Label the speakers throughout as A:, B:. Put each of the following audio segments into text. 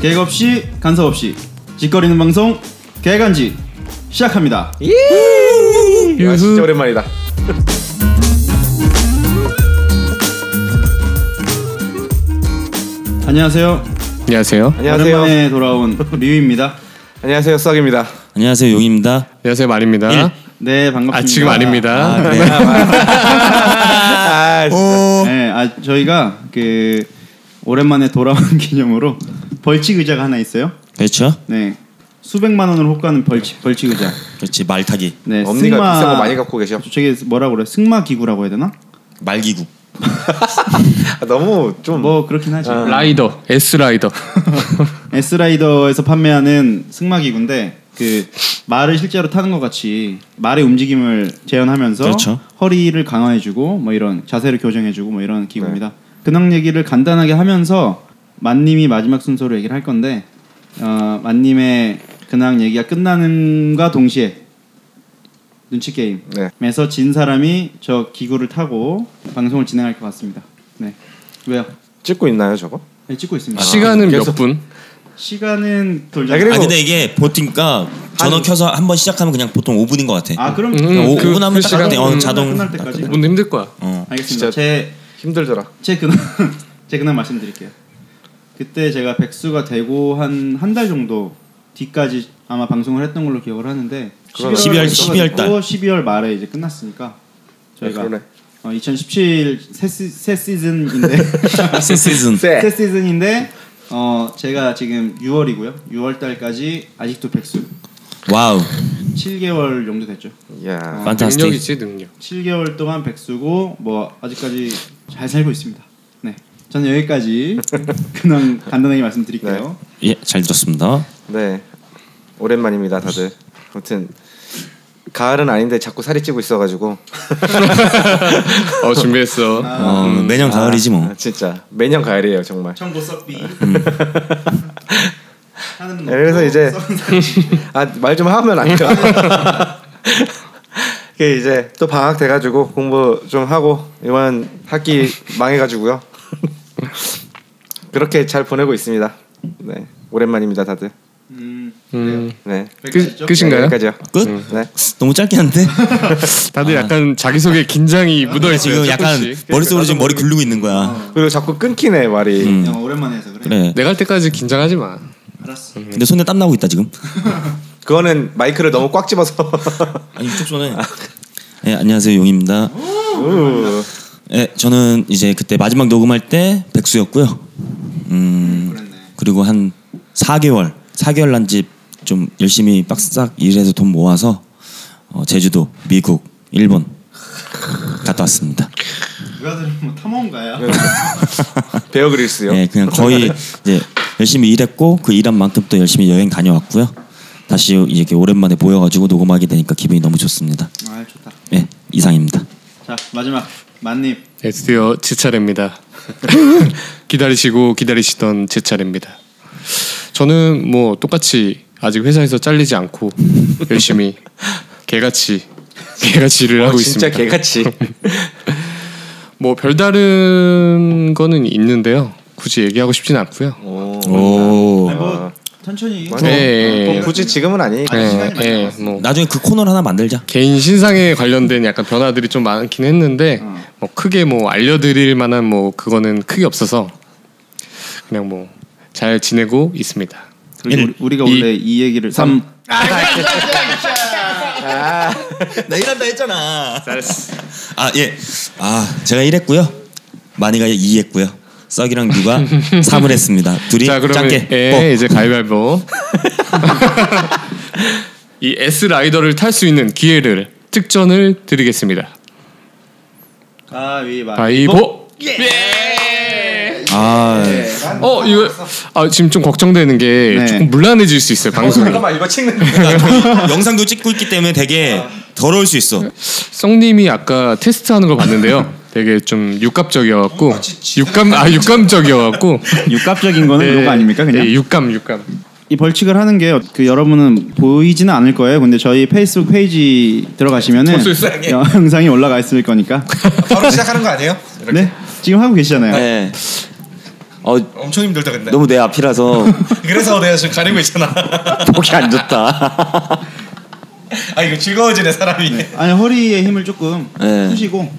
A: 계획 없이 간섭 없이 짓거리는 방송 개간지 시작합니다.
B: 아, 진짜 오랜만이다.
A: 안녕하세요.
C: 안녕하세요.
B: 안녕하세요.
A: 오랜만에 돌아온 리우입니다.
B: 안녕하세요. 썩입니다.
D: 안녕하세요 용입니다.
C: 안녕하세요. 말입니다.
D: 일.
A: 네 반갑습니다.
C: 아 지금 아닙니다.
A: 아, 네.
B: 아, 진짜.
A: 네, 아 저희가 그 오랜만에 돌아온 기념으로 벌칙 의자가 하나 있어요.
D: 그렇죠?
A: 네, 수백만 원을 호가하는 벌칙 벌칙 의자.
D: 그렇지 말 타기
A: 네,
B: 엄니가 비싼 거 많이 갖고 계셔.
A: 저게 뭐라고 그래? 승마 기구라고 해야 되나?
D: 말기구.
B: 아, 너무 좀
A: 뭐 그렇긴 하지.
C: 아.
B: 아.
C: 라이더 S 라이더.
A: S 라이더에서 판매하는 승마 기구인데 그 말을 실제로 타는 것 같이 말의 움직임을 재현하면서
D: 그렇죠.
A: 허리를 강화해주고 뭐 이런 자세를 교정해주고 뭐 이런 기구입니다. 근황 얘기를 간단하게 하면서 만님이 마지막 순서로 얘기를 할 건데 어, 만님의 근황 얘기가 끝나는과 동시에 눈치
B: 네.
A: 게임에서 진 사람이 저 기구를 타고 방송을 진행할 것 같습니다. 네 왜요?
B: 찍고 있나요, 저거?
A: 네, 찍고
C: 아,
A: 있습니다.
C: 시간은
B: 계속-
C: 몇 분?
A: 시간은 돌자.
B: 아,
D: 아
B: 그리고-
D: 근데 이게 보통 그러니까 전원 켜서 한 번 시작하면 그냥 보통 5분인 것 같아.
A: 아 그럼
C: 음,
D: 그냥 5,
C: 그-
D: 분 하면
C: 그
D: 딱
C: 시간-
D: 그때 어,
C: 음.
D: 자동
A: 끝날 때까지.
D: 딱 끝나.
C: 오늘 힘들 거야.
D: 어.
A: 알겠습니다.
B: 진짜-
A: 제제
B: 힘들더라.
A: 근황 제 근황 말씀드릴게요. 그때 제가 백수가 되고 한 한 달 정도 뒤까지 아마 방송을 했던 걸로 기억을 하는데
B: 그러네.
D: 12월 12월 달.
A: 12월 말에 이제 끝났으니까 저희가
B: 그러네.
A: 어, 2017 새, 시, 새 시즌인데
D: 새 시즌.
A: 새
B: 쎄.
A: 시즌인데 어 제가 지금 6월이고요. 6월 달까지 아직도 백수
D: 와우.
A: 7개월 정도 됐죠.
D: 아,
B: 야.
D: 판타스틱.
C: 능력이지 능력.
A: 7개월 동안 백수고 뭐 아직까지 잘 살고 있습니다. 네, 저는 여기까지 그냥 간단하게 말씀드릴게요.
D: 예, 잘 들었습니다.
B: 네. 오랜만입니다, 다들. 아무튼 가을은 아닌데 자꾸 살이 찌고 있어 가지고.
C: 어 준비했어.
D: 어, 매년 가을이지 뭐.
B: 아, 진짜 매년 가을이에요, 정말.
A: 청보 썩비 하는
B: 네, 그래서 이제 아 말 좀 하면 안 돼요. 이게 이제 또 방학 돼가지고 공부 좀 하고 이번 학기 망해가지고요. 그렇게 잘 보내고 있습니다. 네 오랜만입니다 다들.
A: 음,
C: 음.
B: 네.
C: 끝
A: 여기까지죠?
B: 네,
C: 끝인가요?
B: 여기까지요.
D: 끝?
B: 네.
D: 너무 짧긴 한데
C: 다들 약간 자기 소개 긴장이 묻어 있어요.
D: 아, 지금 어. 약간 머릿속으로 지금 머리 굴리고 있는 거야.
B: 그리고 자꾸 끊기네 말이.
C: 음.
A: 그냥 어, 오랜만에 해서 그래.
B: 네.
D: 그래.
C: 내가 할 때까지 긴장하지 마.
A: 알았어.
D: 근데 손에 땀 나고 있다 지금.
B: 그거는 마이크를 너무 꽉 집어서.
D: 아니 이쪽 손에. 예, 안녕하세요 용입니다.
B: 우.
D: 예, 저는 이제 그때 마지막 녹음할 때 백수였고요. 음,
A: 그랬네.
D: 그리고 한 4개월, 4개월 난 집 좀 열심히 빡싹 일해서 돈 모아서 어, 제주도, 미국, 일본 갔다 왔습니다.
A: 누가 들으면 뭐 탐험가야.
B: 네. 베어 그릴스요.
C: 네,
D: 예, 그냥 거의 이제 열심히 일했고 그 일한 만큼 또 열심히 여행 다녀왔고요. 다시 이렇게 오랜만에 모여가지고 녹음하게 되니까 기분이 너무 좋습니다.
A: 아 좋다.
D: 예, 이상입니다.
A: 자 마지막 만님
C: 네, 드디어 제 차례입니다. 기다리시고 기다리시던 제 차례입니다. 저는 뭐 똑같이 아직 회사에서 잘리지 않고 열심히 개같이 개같이
D: 어,
C: 일을 하고
B: 아, 진짜
C: 있습니다. 네.
B: 개같이.
C: 뭐 별다른 거는 있는데요. 굳이 얘기하고 싶진 않고요.
A: 뭐,
B: 오.
D: 오.
A: 아니, 뭐 천천히.
B: 맞아.
C: 네.
B: 어, 뭐 굳이 지금은 아니.
A: 아니, 시간이 많이
C: 예,
A: 남았어.
C: 뭐
D: 나중에 그 코너를 하나 만들자.
C: 개인 신상에 관련된 약간 변화들이 좀 많긴 했는데
A: 음.
C: 뭐 크게 뭐 알려드릴 만한 뭐 그거는 크게 없어서 그냥 뭐 잘 지내고 있습니다.
A: 그리고 우리- 우리가
C: 이-
A: 원래 이 얘기를 삼
D: 나 일한다 했잖아. 잘했어. 아 예. 아 제가 일했고요. 마니가 2했고요. 썩이랑 누가 3을 했습니다. 둘이
C: 자 그러면
D: 짧게.
C: 예,
A: 뭐.
C: 이제 가위바위보 이 S 라이더를 탈 수 있는 기회를 특전을 드리겠습니다.
A: 아, 가위바위보. 뭐?
C: 가위보.
D: 뽀. 아
C: 어 이거 아 지금 좀 걱정되는 게
A: 네.
C: 조금 문란해질 수 있어요 방송이.
B: 잠깐만 이거 찍는.
D: 아, 영상도 찍고 있기 때문에 되게
C: 아.
D: 더러울 수 있어.
C: 성님이 아까 테스트하는 걸 봤는데요. 되게 좀 육감적이어갖고 육감 아 육감적이어갖고
A: 육갑적인 거는
C: 네,
A: 요거 아닙니까 그냥?
C: 네, 육감 육감.
A: 이 벌칙을 하는 게 그 여러분은 보이지는 않을 거예요. 근데 저희 페이스북 페이지 들어가시면은
B: 벌써
A: 여- 영상이 올라가 있을 거니까.
B: 바로 시작하는 거 아니에요?
A: 네. 지금 하고 계시잖아요.
D: 네. 예. 어,
E: 엄청 힘들다 근데.
D: 너무 내 앞이라서
E: 그래서 내가 지금 가리고 있잖아.
D: 보기 안 좋다.
E: 아 이거 즐거워지네 사람이.
A: 아니 허리에 힘을 조금
D: 네.
A: 푸시고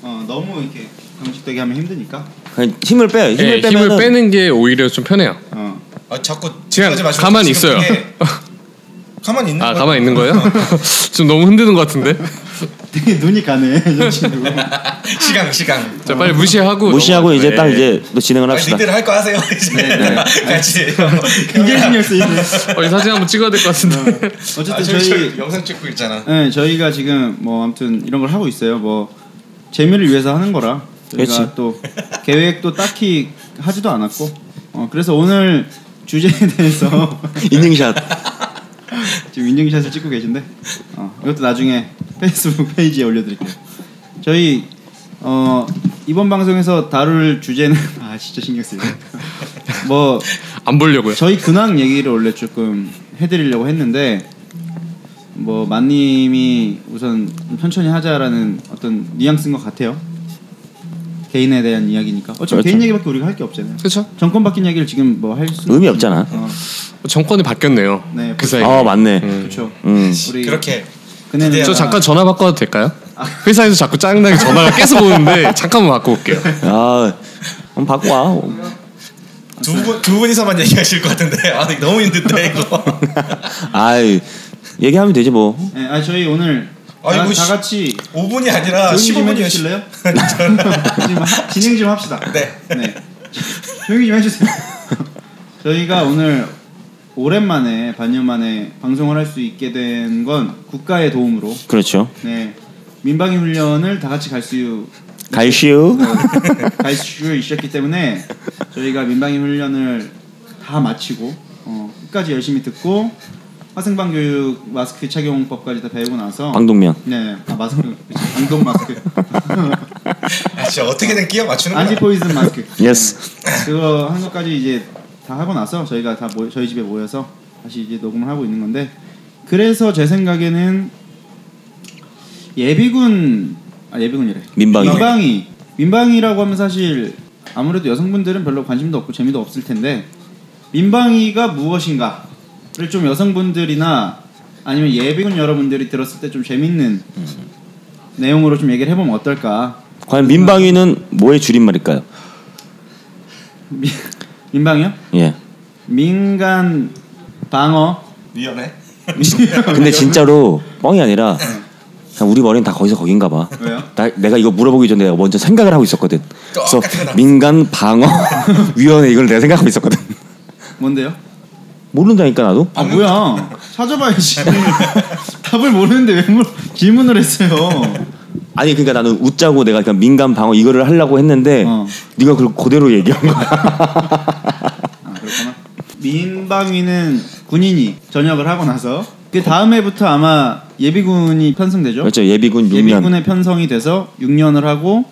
A: 어, 너무 이렇게 경직되게 하면 힘드니까
D: 그냥 힘을 빼요. 힘을
C: 예,
D: 빼면
C: 힘을 빼는 게 오히려 좀 편해요.
A: 어.
E: 아 자꾸
C: 그냥
E: 하지 마시고
C: 가만히
E: 지금
C: 있어요.
E: 되게 가만히 있는
C: 아
E: 거야.
C: 가만 히 있는 거예요? 좀 너무 흔드는 것 같은데.
A: 되게 눈이 가네 이 친구
E: 시강 시강.
C: 자 빨리 무시하고
D: 무시하고
C: 넘어가죠.
D: 이제 딱
C: 예.
D: 이제 또 진행을
E: 아,
D: 합시다.
E: 니들 할 거 하세요 이제
C: 네,
E: 같이.
A: 굉장히 신경 쓰이네
C: 어, 이 사진 한번 찍어야 될 것 같은데.
A: 어쨌든
E: 아, 저희,
A: 저희
E: 저희 영상 찍고 있잖아.
A: 네, 저희가 지금 뭐 아무튼 이런 걸 하고 있어요. 뭐 재미를 위해서 하는 거라 저희가
D: 그렇지.
A: 또 계획도 딱히 하지도 않았고 어, 그래서 오늘 주제에 대해서
D: 인증샷.
A: 지금 인증샷을 찍고 계신데 어, 이것도 나중에 페이스북 페이지에 올려드릴게요. 저희 어, 이번 방송에서 다룰 주제는 아 진짜 신경 쓰이네. 뭐
C: 안 보려고요.
A: 저희 근황 얘기를 원래 조금 해드리려고 했는데 뭐 만님이 우선 좀 천천히 하자라는 어떤 뉘앙스인 것 같아요. 개인에 대한 이야기니까. 어차피
D: 그렇죠.
A: 개인 얘기밖에 우리가 할 게 없잖아요.
C: 그렇죠?
A: 정권 바뀐 이야기를 지금 뭐 할 수.
D: 의미 없잖아.
C: 정권이 바뀌었네요.
A: 네,
C: 그 사이.
D: 아 맞네.
A: 그렇죠.
D: 음.
A: 우리
E: 그렇게
A: 근데
C: 저 잠깐 전화 바꿔도 될까요? 회사에서 자꾸 짜증나게 전화가 계속 오는데 잠깐만 바꿔 올게요.
D: 아 그럼 바꿔 와.
E: 두 분 두 분이서만 얘기하실 것 같은데 아 너무 힘든데 이거.
D: 아이 얘기하면 되지 뭐.
A: 네, 아 저희 오늘
E: 아니,
A: 다,
E: 뭐
A: 다
E: 시-
A: 같이
E: 5분이 아니라
A: 조용히 좀
E: 15분이요.
A: 해주실래요? 지금 하- 진행 좀 합시다.
E: 네.
A: 네. 조용히 좀 해주세요. 저희가 오늘 오랜만에 반년 만에 방송을 할 수 있게 된 건 국가의 도움으로
D: 그렇죠.
A: 네 민방위 훈련을 다 같이 갈 수
D: 갈시우.
A: 갈 수 있었기 때문에 저희가 민방위 훈련을 다 마치고 어, 끝까지 열심히 듣고 화생방 교육 마스크 착용법까지 다 배우고 나서
D: 방독면.
A: 네, 아, 마스크 그치, 운동 마스크
E: 아 진짜 어떻게든 끼워 맞추는 거야.
A: 안티 포이즌 마스크
D: 예스.
A: 네. 그거 한 것까지 이제 다 하고 나서 저희가 다 모, 저희 집에 모여서 다시 이제 녹음을 하고 있는 건데 그래서 제 생각에는 예비군 아 예비군이래
D: 민방위.
A: 민방위 민방위라고 하면 사실 아무래도 여성분들은 별로 관심도 없고 재미도 없을 텐데 민방위가 무엇인가를 좀 여성분들이나 아니면 예비군 여러분들이 들었을 때 좀 재밌는
D: 음.
A: 내용으로 좀 얘기를 해보면 어떨까
D: 과연 민방위는 뭐의 줄임말일까요?
A: 민- 민방위요?
D: 예.
A: 민간 방어
E: 미안해.
D: 근데 진짜로 뻥이 아니라 그냥 우리 머리는 다 거기서 거긴가 봐.
A: 왜요? 어,
D: 나, 내가 이거 물어보기 전에 내가 먼저 생각을 하고 있었거든. 그래서 민간 방어 위원회 이걸 내가 생각하고 있었거든.
A: 뭔데요?
D: 모른다니까 나도.
A: 아 뭐야 찾아봐야지 답을 모르는데 왜 물, 질문을 했어요
D: 아니 그러니까 나는 웃자고 내가 그냥 민간 방어 이거를 하려고 했는데
A: 어.
D: 네가 그걸 그대로 얘기한 거야.
A: 아 그렇구나 민방위는 군인이 전역을 하고 나서 그 다음 해부터 아마 예비군이 편성되죠
D: 그렇죠. 예비군 6년.
A: 예비군에 편성이 돼서 6년을 하고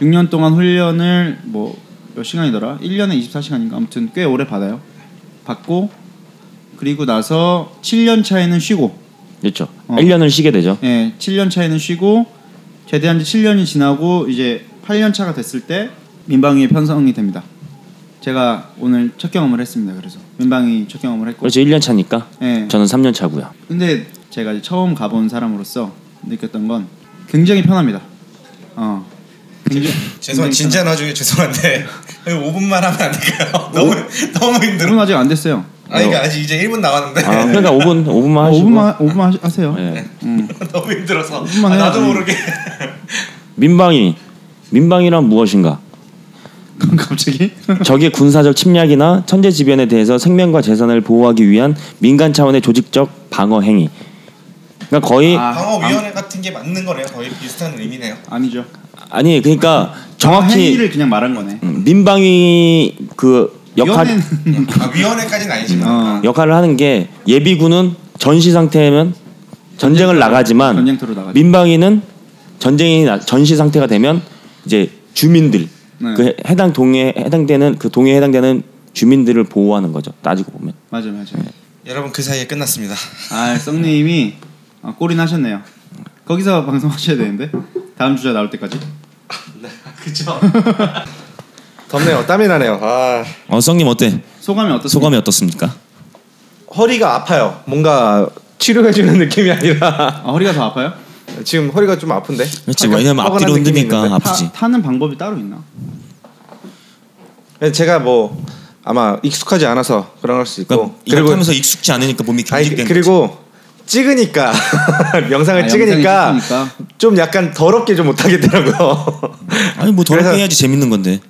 A: 6년 동안 훈련을 뭐 몇 시간이더라? 1년에 24시간인가 아무튼 꽤 오래 받아요 받고 그리고 나서 7년 차에는 쉬고
D: 그렇죠.
A: 어.
D: 1년을 쉬게 되죠.
A: 예, 7년 차에는 쉬고 제대한 지 7년이 지나고 이제 8년 차가 됐을 때 민방위에 편성이 됩니다. 제가 오늘 첫 경험을 했습니다. 그래서 민방위 첫 경험을 했고,
D: 그렇죠. 1년 차니까.
A: 예.
D: 저는 3년 차고요.
A: 근데 제가 이제 처음 가본 사람으로서 느꼈던 건 굉장히 편합니다. 어, 굉장히,
E: 죄송
A: 굉장히
E: 진지한 와중에 죄송한데 5분만 하면 안 될까요? 너무 너무
A: 편합니다.
E: 힘들어.
A: 저는 아직 안 됐어요.
E: 아니 그러니까 아직 이제 1분 남았는데
D: 아, 그러니까 5분 5분만
A: 어,
D: 하시고.
A: 5분만 5분만 하, 세요
D: 예.
E: 너무 힘들어서
A: 5분만
E: 아, 나도
A: 해야지.
E: 모르게
D: 민방위. 민방위란 무엇인가?
A: 갑자기
D: 적의 군사적 침략이나 천재지변에 대해서 생명과 재산을 보호하기 위한 민간 차원의 조직적 방어 행위. 그러니까 거의
A: 아,
E: 방어위원회 같은 게 맞는 거네요. 거의 비슷한 의미네요.
A: 아니죠. 아,
D: 아니 그러니까
A: 행위를
D: 정확히
A: 그냥 말한 거네.
D: 음, 민방위 그 역할
A: 이거는-
E: 아, 위원회까지는 아니지만
A: 어.
D: 역할을 하는 게 예비군은 전시 상태면 전쟁을 나가지만
A: 전쟁터로 나가죠.
D: 민방위는 전쟁이 나, 전시 상태가 되면 이제 주민들
A: 네.
D: 그 해- 해당 동해 해당되는 그 동해에 해당되는 주민들을 보호하는 거죠. 따지고 보면
A: 맞아 맞아.
E: 여러분 그 사이에 끝났습니다.
A: 아 썩님이 아, 골이 나셨네요. 거기서 방송하셔야 되는데 다음 주자 나올 때까지.
E: 그쵸?
B: 덥네요. 땀이 나네요. 아
D: 어 성님 어때?
A: 소감이 어떻습니까?
D: 소감이 어떻습니까?
B: 허리가 아파요. 뭔가 치료해주는 느낌이 아니라
A: 아, 허리가 더 아파요?
B: 지금 허리가 좀 아픈데.
D: 그렇지
B: 약간
D: 왜냐면
B: 뻐근한
D: 앞뒤로
B: 느낌이
D: 흔드니까
B: 있는데.
D: 아프지.
A: 타, 타는 방법이 따로 있나?
B: 근데 제가 뭐 아마 익숙하지 않아서 뭐, 그런 걸 수 있고
D: 그러니까 이걸 하면서 익숙치 않으니까 몸이
B: 아니,
D: 경직된 거지.
B: 그리고 찍으니까 영상을
A: 아,
B: 찍으니까
A: 영상이 찍히니까.
B: 좀 약간 더럽게 좀 못하겠더라고요.
D: 아니 뭐 더럽게
B: 그래서-
D: 해야지 재밌는 건데.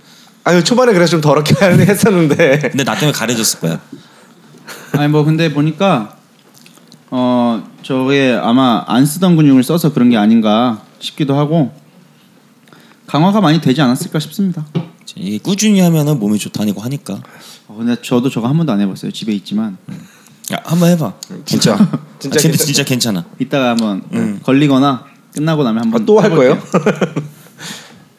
B: 아니 초반에 그래서 좀 더럽게 하긴 했었는데
D: 근데 나 때문에 가려졌을 거야.
A: 아니 뭐 근데 보니까 어 저게 아마 안 쓰던 근육을 써서 그런 게 아닌가 싶기도 하고 강화가 많이 되지 않았을까 싶습니다.
D: 이게 꾸준히 하면은 몸이 좋다니고 하니까.
A: 어, 근데 저도 저거 한 번도 안 해봤어요. 집에 있지만
D: 야, 한번 해봐.
B: 진짜 진짜
D: 진짜 아, 근데
B: 괜찮-
D: 진짜 괜찮아.
A: 이따가 한번 걸리거나 끝나고 나면
B: 아,
A: 한번
B: 또할 거예요?
A: 해볼게요.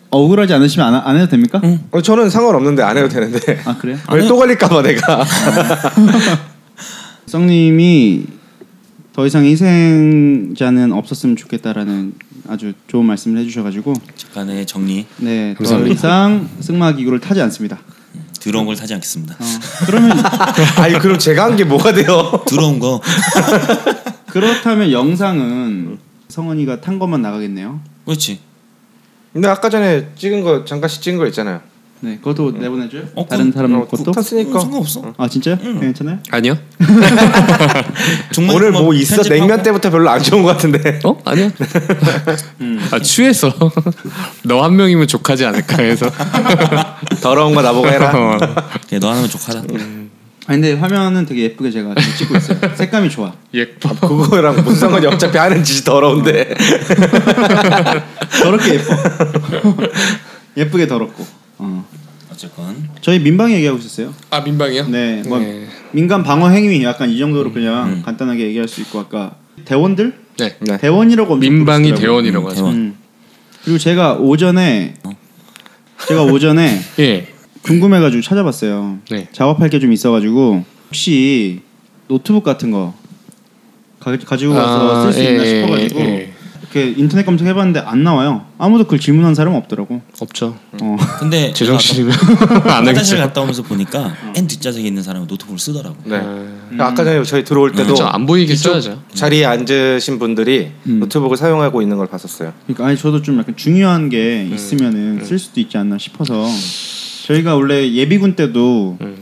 A: 어, 억울하지 않으시면 안, 하- 안 해도 됩니까?
B: 어, 저는 상관없는데 안 해도 되는데
A: 아 그래요?
B: 왜 또 걸릴까봐 내가
A: 성님이 더 이상 희생자는 없었으면 좋겠다라는 아주 좋은 말씀을 해주셔가지고
D: 잠깐의 정리.
A: 네, 더
C: 감사합니다.
A: 이상 승마 기구를 타지 않습니다.
D: 더러운 걸 타지 않겠습니다.
A: 어, 그러면
B: 아니 그럼 제가 한 게 뭐가 돼요?
D: 더러운 거.
A: 그렇다면 영상은 성원이가 탄 것만 나가겠네요.
D: 그렇지.
B: 근데 아까 전에 찍은 거 잠깐씩 찍은 거 있잖아요
A: 네, 그것도 내보내줘요.
D: 어,
A: 다른
D: 그럼-
A: 사람
B: 어,
A: 것도.
D: 어, 음.
B: 탔으니까
D: 상관없어.
A: 아 진짜요? 괜찮아요?
C: 아니요?
D: 정말
B: 오늘 뭐
D: 한번
B: 있어?
D: 편집하고-
B: 냉면 때부터 별로 안 좋은 거 같은데
C: 어? 아니요. 아 취해서 너 한 명이면 족하지 않을까 해서.
B: 더러운 거 나보고 해라
C: 어.
D: 그래, 너 하나면 족하다.
B: 음.
A: 아 근데 화면은 되게 예쁘게 제가 지금 찍고 있어요. 색감이 좋아.
C: 예.
B: 그거랑 무슨 상관이 어차피 하는 짓이 더러운데
A: 더럽게 예뻐. 예쁘게 더럽고. 어.
D: 어쨌건
A: 저희 민방 얘기하고 있었어요.
C: 아 민방이요?
A: 네, 뭐
C: 네. 음.
A: 민간 방어 행위 약간 이 정도로 그냥 간단하게 얘기할 수 있고 아까 대원들
C: 네.
B: 네.
A: 대원이라고 엄청
C: 민방이
A: 부르시더라고요.
C: 대원이라고 어. 하죠.
D: 대원.
A: 음. 그리고 제가 오전에 제가 오전에
C: 예.
A: 궁금해가지고 찾아봤어요.
C: 네.
A: 작업할 게 좀 있어가지고 혹시 노트북 같은 거 가, 가지고 가서
C: 아,
A: 쓸 수 있나
C: 예,
A: 싶어가지고
C: 예, 예.
A: 이렇게 인터넷 검색해봤는데 안 나와요. 아무도 그걸 질문한 사람은 없더라고.
C: 없죠.
A: 어.
D: 근데
C: 제 정신이면 네. 아, 안 음.
D: 화장실
C: 하겠죠.
D: 갔다 오면서 보니까 맨 뒷좌석에 있는 사람은 노트북을 쓰더라고.
B: 네. 아까 전에 저희 들어올 때도
C: 그렇죠. 안 보이게 써야죠.
B: 자리에 앉으신 분들이 노트북을 사용하고 있는 걸 봤었어요
A: 그러니까 아니 저도 좀 약간 중요한 게
C: 네.
A: 있으면은 쓸 수도 있지 않나 싶어서 저희가 원래 예비군 때도
C: 네.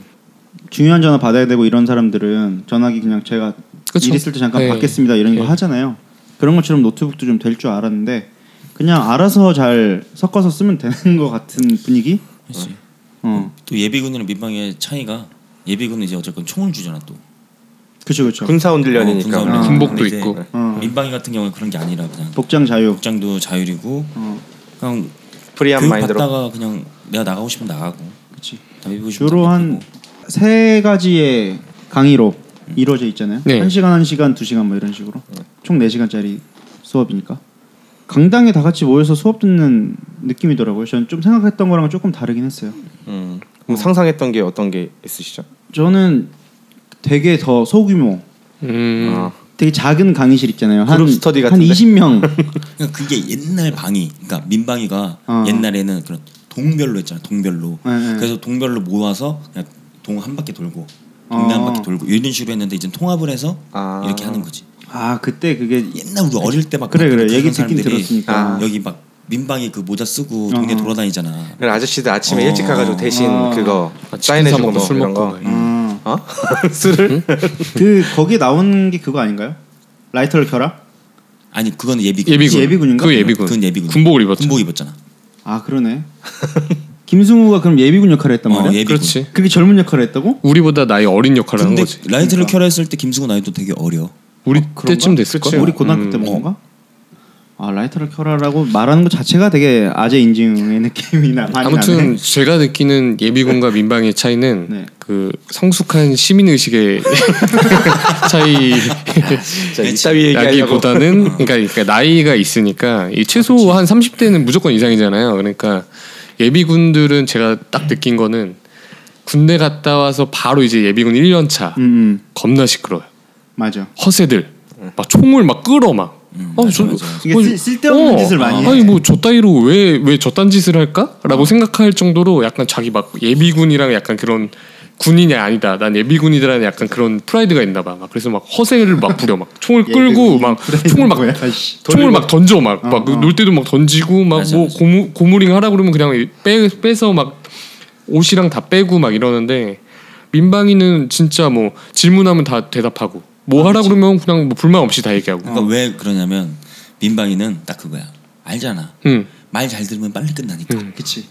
A: 중요한 전화 받아야 되고 이런 사람들은 전화기 그냥 제가
C: 그쵸.
A: 일 있을 때 잠깐
C: 네.
A: 받겠습니다 이런 거 하잖아요. 그런 것처럼 노트북도 좀 될 줄 알았는데 그냥 알아서 잘 섞어서 쓰면 되는 것 같은 분위기.
D: 그렇지.
A: 어,
D: 또 예비군이랑 민방위의 차이가 예비군은 이제 어쨌건 총을 주잖아 또.
A: 그렇죠, 그렇죠.
B: 군사원
D: 어,
B: 훈련이니까 음.
D: 군사훈련.
A: 아.
C: 군복도
D: 근데 이제 그
C: 있고.
A: 어.
D: 민방위 같은 경우는 그런 게 아니라 그냥
A: 복장 자유.
D: 복장도 자율이고
A: 어,
D: 그냥
B: 프리한
D: 교육
B: 마인드로
D: 받다가 그냥 내가 나가고 싶으면 나가고
A: 그렇지.
D: 담배 피고 싶으면
A: 주로
D: 담배 피고.
A: 한 세 가지의 강의로 이루어져 있잖아요.
C: 네.
A: 한 시간 한 시간 두 시간 뭐 이런 식으로 총 네 시간짜리 수업이니까 강당에 다 같이 모여서 수업 듣는 느낌이더라고요. 저는 좀 생각했던 거랑 조금 다르긴 했어요.
B: 음. 그럼 상상했던 게 어떤 게 있으시죠?
A: 저는 되게 더 소규모,
C: 음.
B: 어.
A: 되게 작은 강의실 있잖아요. 한,
B: 그룹 스터디
A: 한
B: 같은데?
A: 20명.
D: 그러니까 그게 옛날 방위 그러니까 민방위가
A: 어.
D: 옛날에는 그런 동별로 했잖아 동별로
A: 네, 네.
D: 그래서 동별로 모아서 그냥 동 한 바퀴 돌고 동네 한
A: 어.
D: 바퀴 돌고 이런 식으로 했는데 이제 통합을 해서
B: 아.
D: 이렇게 하는 거지
A: 아 그때 그게
D: 옛날 우리 어릴 때막
A: 그래, 그래. 얘기 듣긴 들었으니까.
D: 여기 막 민방위 그 모자 쓰고 동네
A: 어.
D: 돌아다니잖아
B: 그래 아저씨들 아침에
D: 어.
B: 일찍 가가지고 대신
A: 아.
B: 그거
C: 아, 치킨 사
B: 사인해주고
C: 먹고
B: 뭐
C: 술
B: 이런
C: 먹고.
B: 거
C: 막
A: 어,
B: 어? 술을?
A: 그 거기에 나온 게 그거 아닌가요? 라이터를 켜라.
D: 아니 그건 예비군
C: 예비군.
A: 예비군인가?
C: 그 예비군.
D: 그건 예비군
C: 군복을 입었죠.
D: 군복 입었잖아
A: 아 그러네. 김승우가 그럼 예비군 역할을 했단 말이야?
D: 어, 예비군.
C: 그렇지.
A: 그렇게 젊은 역할을 했다고?
C: 우리보다 나이 어린 역할을 한
D: 근데
C: 거지.
D: 라이트를 켜라 했을 때 김승우 나이도 되게 어려
C: 우리 때쯤 됐을 거야. 음.
A: 우리 고등학교 때 먹은가? 아 라이터를 켜라라고 말하는 것 자체가 되게 아재 인증의 느낌이 나 많이
C: 아무튼
A: 나네.
C: 제가 느끼는 예비군과 민방의 차이는
A: 네.
C: 그 성숙한 시민 의식의 차이
B: 진짜 이따위 얘기하려고
C: 라기보다는 그러니까, 그러니까 나이가 있으니까 이 최소 한 30대는 무조건 이상이잖아요. 그러니까 예비군들은 제가 딱 느낀 거는 군대 갔다 와서 바로 이제 예비군 1년 차
A: 음, 음
C: 겁나 시끄러워요.
A: 맞아.
C: 허세들 막 총을 막 끌어 막 아, 저,
A: 이게
C: 뭐,
A: 쓸- 쓸데없는 짓을 많이
C: 아니
A: 해. 어.
C: 뭐저 따위로 왜 왜 저딴 짓을 할까라고 생각할 정도로 약간 자기 막 예비군이랑 약간 그런 군인이 아니다. 난 예비군이다라는 약간 그런 프라이드가 있나 봐. 막 그래서 막 허세를 막 부려 막 총을 끌고
A: 예비군
C: 막
A: 프라이드
C: 총을 막
A: 뭐야, 씨.
C: 총을 막 던져 막 막
A: 어.
C: 놀 때도 막 던지고 막
D: 맞아,
C: 뭐
D: 맞아.
C: 고무 고무링 하라 그러면 그냥 빼 빼서 막 옷이랑 다 빼고 막 이러는데 민방위는 진짜 뭐 질문하면 다 대답하고 뭐 하라 그러면 그냥 뭐 불만 없이 다 얘기하고.
A: 어.
D: 그러니까 왜 그러냐면 민방위는 딱 그거야. 알잖아.
C: 응.
D: 말 잘 들으면 빨리 끝나니까.
A: 그치.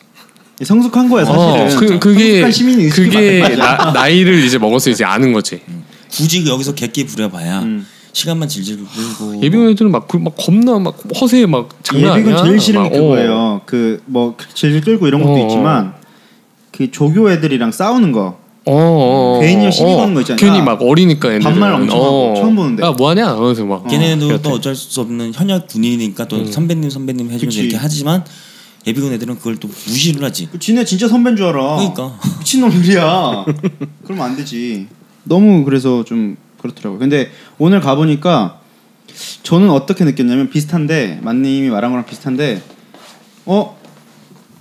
A: 성숙한 거야 사실은.
C: 그, 그게
A: 성숙한 시민 의식이
C: 그게 나, 이를 이제 먹어서 이제 아는 거지.
A: 뭐.
D: 굳이 그 여기서 객기 부려봐야
A: 음.
D: 시간만 질질 끌고
C: 예비군 애들은 막, 그, 막 겁나 막 허세 막 장난 아니야.
A: 예비군 제일 싫은
C: 막,
A: 게 그거예요. 그 뭐 질질 끌고 이런 것도
C: 어.
A: 있지만 그 조교 애들이랑 싸우는 거.
C: 어, 어, 어,
A: 괜히
C: 어,
A: 시비
C: 어.
A: 거는 거 있잖아.
C: 괜히 막 어리니까 얘네들
A: 반말 엄청 하고 처음 보는데.
C: 아 뭐하냐? 그래서 막
D: 걔네도 또 어쩔 수 없는 현역 군인이니까 또 선배님 선배님 해주면서
A: 그치.
D: 이렇게 하지만 예비군 애들은 그걸 또 무시를 하지.
A: 그 지네 진짜 선배인 줄 알아.
D: 그러니까.
A: 미친놈들이야. 그러면 안 되지. 너무 그래서 좀 그렇더라고요. 근데 오늘 가보니까 저는 어떻게 느꼈냐면 비슷한데 만님이 말한 거랑 비슷한데 어?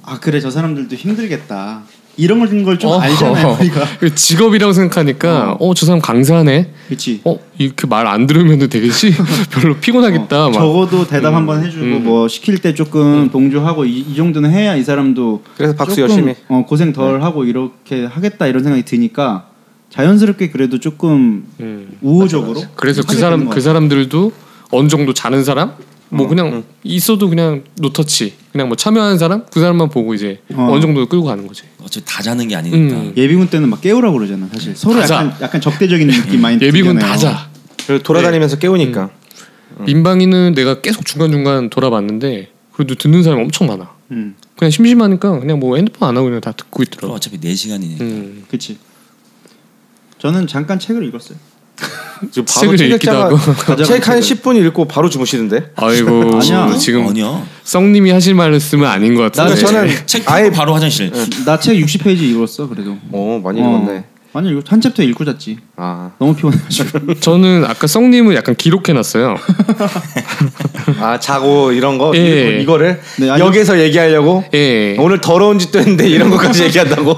A: 아 그래 저 사람들도 힘들겠다. 이런 걸 좀
C: 어.
A: 알잖아요 우리가.
C: 그 직업이라고 생각하니까 어 저 사람 강사네.
A: 그치.
C: 어 이렇게 말 안 들으면 되게 시 별로 피곤하겠다.
A: 어,
C: 막 음.
A: 적어도 대답 한번 해주고 뭐 시킬 때 조금 동조하고 이, 이 정도는 해야 이 사람도
B: 그래서 박수
A: 조금,
B: 열심히.
A: 어, 고생 덜
C: 네.
A: 하고 이렇게 하겠다 이런 생각이 드니까 자연스럽게 그래도 조금 우호적으로
C: 음. 그래서 그
A: 하게 되는
C: 사람
A: 것 음,
C: 그 사람들도 어느 정도 자는 사람 뭐 그냥 있어도 그냥 노터치 그냥 뭐 참여하는 사람 그 사람만 보고 이제
A: 어.
C: 어. 느 정도 끌고 가는 거지.
D: 어차피 다 자는 게 아니니까.
C: 음.
A: 예비군 때는 막 깨우라고 그러잖아 사실 서로
C: 다자.
A: 약간 약간 적대적인 느낌 많이
C: 음. 예비군
A: 들잖아요. 음.
C: 다자.
B: 그리고 돌아다니면서 깨우니까
C: 민방위는 내가 계속 중간 중간 돌아봤는데 그래도 듣는 사람이 엄청 많아.
A: 음,
C: 그냥 심심하니까 그냥 뭐 핸드폰 안 하고 그냥 다 듣고
D: 그럼
C: 있더라고.
D: 어차피 4시간이니까.
C: 음.
A: 그치 저는 잠깐 책을 읽었어요
B: 지금
C: 책을 읽기도 하고.
B: 책한 10분 읽고 바로 주무시던데.
C: 아이고
A: 아니야.
C: 지금
D: 아니요.
C: 성님이 하실 말씀은 아닌 것
A: 나
C: 같은데.
B: 그러니까 저는
D: 책
B: 음. 아예 음.
D: 아예 바로 화장실.
A: 나 책 60페이지 읽었어 그래도
B: 어 네. 많이
A: 어,
B: 읽었네.
A: 아니 이거 한 챕터 읽고 잤지
B: 아,
A: 너무 피곤해가지고
C: 저는 아까 성님을 약간 기록해놨어요.
B: 아 자고 이런 거
C: 예.
B: 이거- 이거를
A: 네, 아니-
B: 여기서 얘기하려고
C: 예.
B: 오늘 더러운 짓도 했는데 이런 것까지 얘기한다고.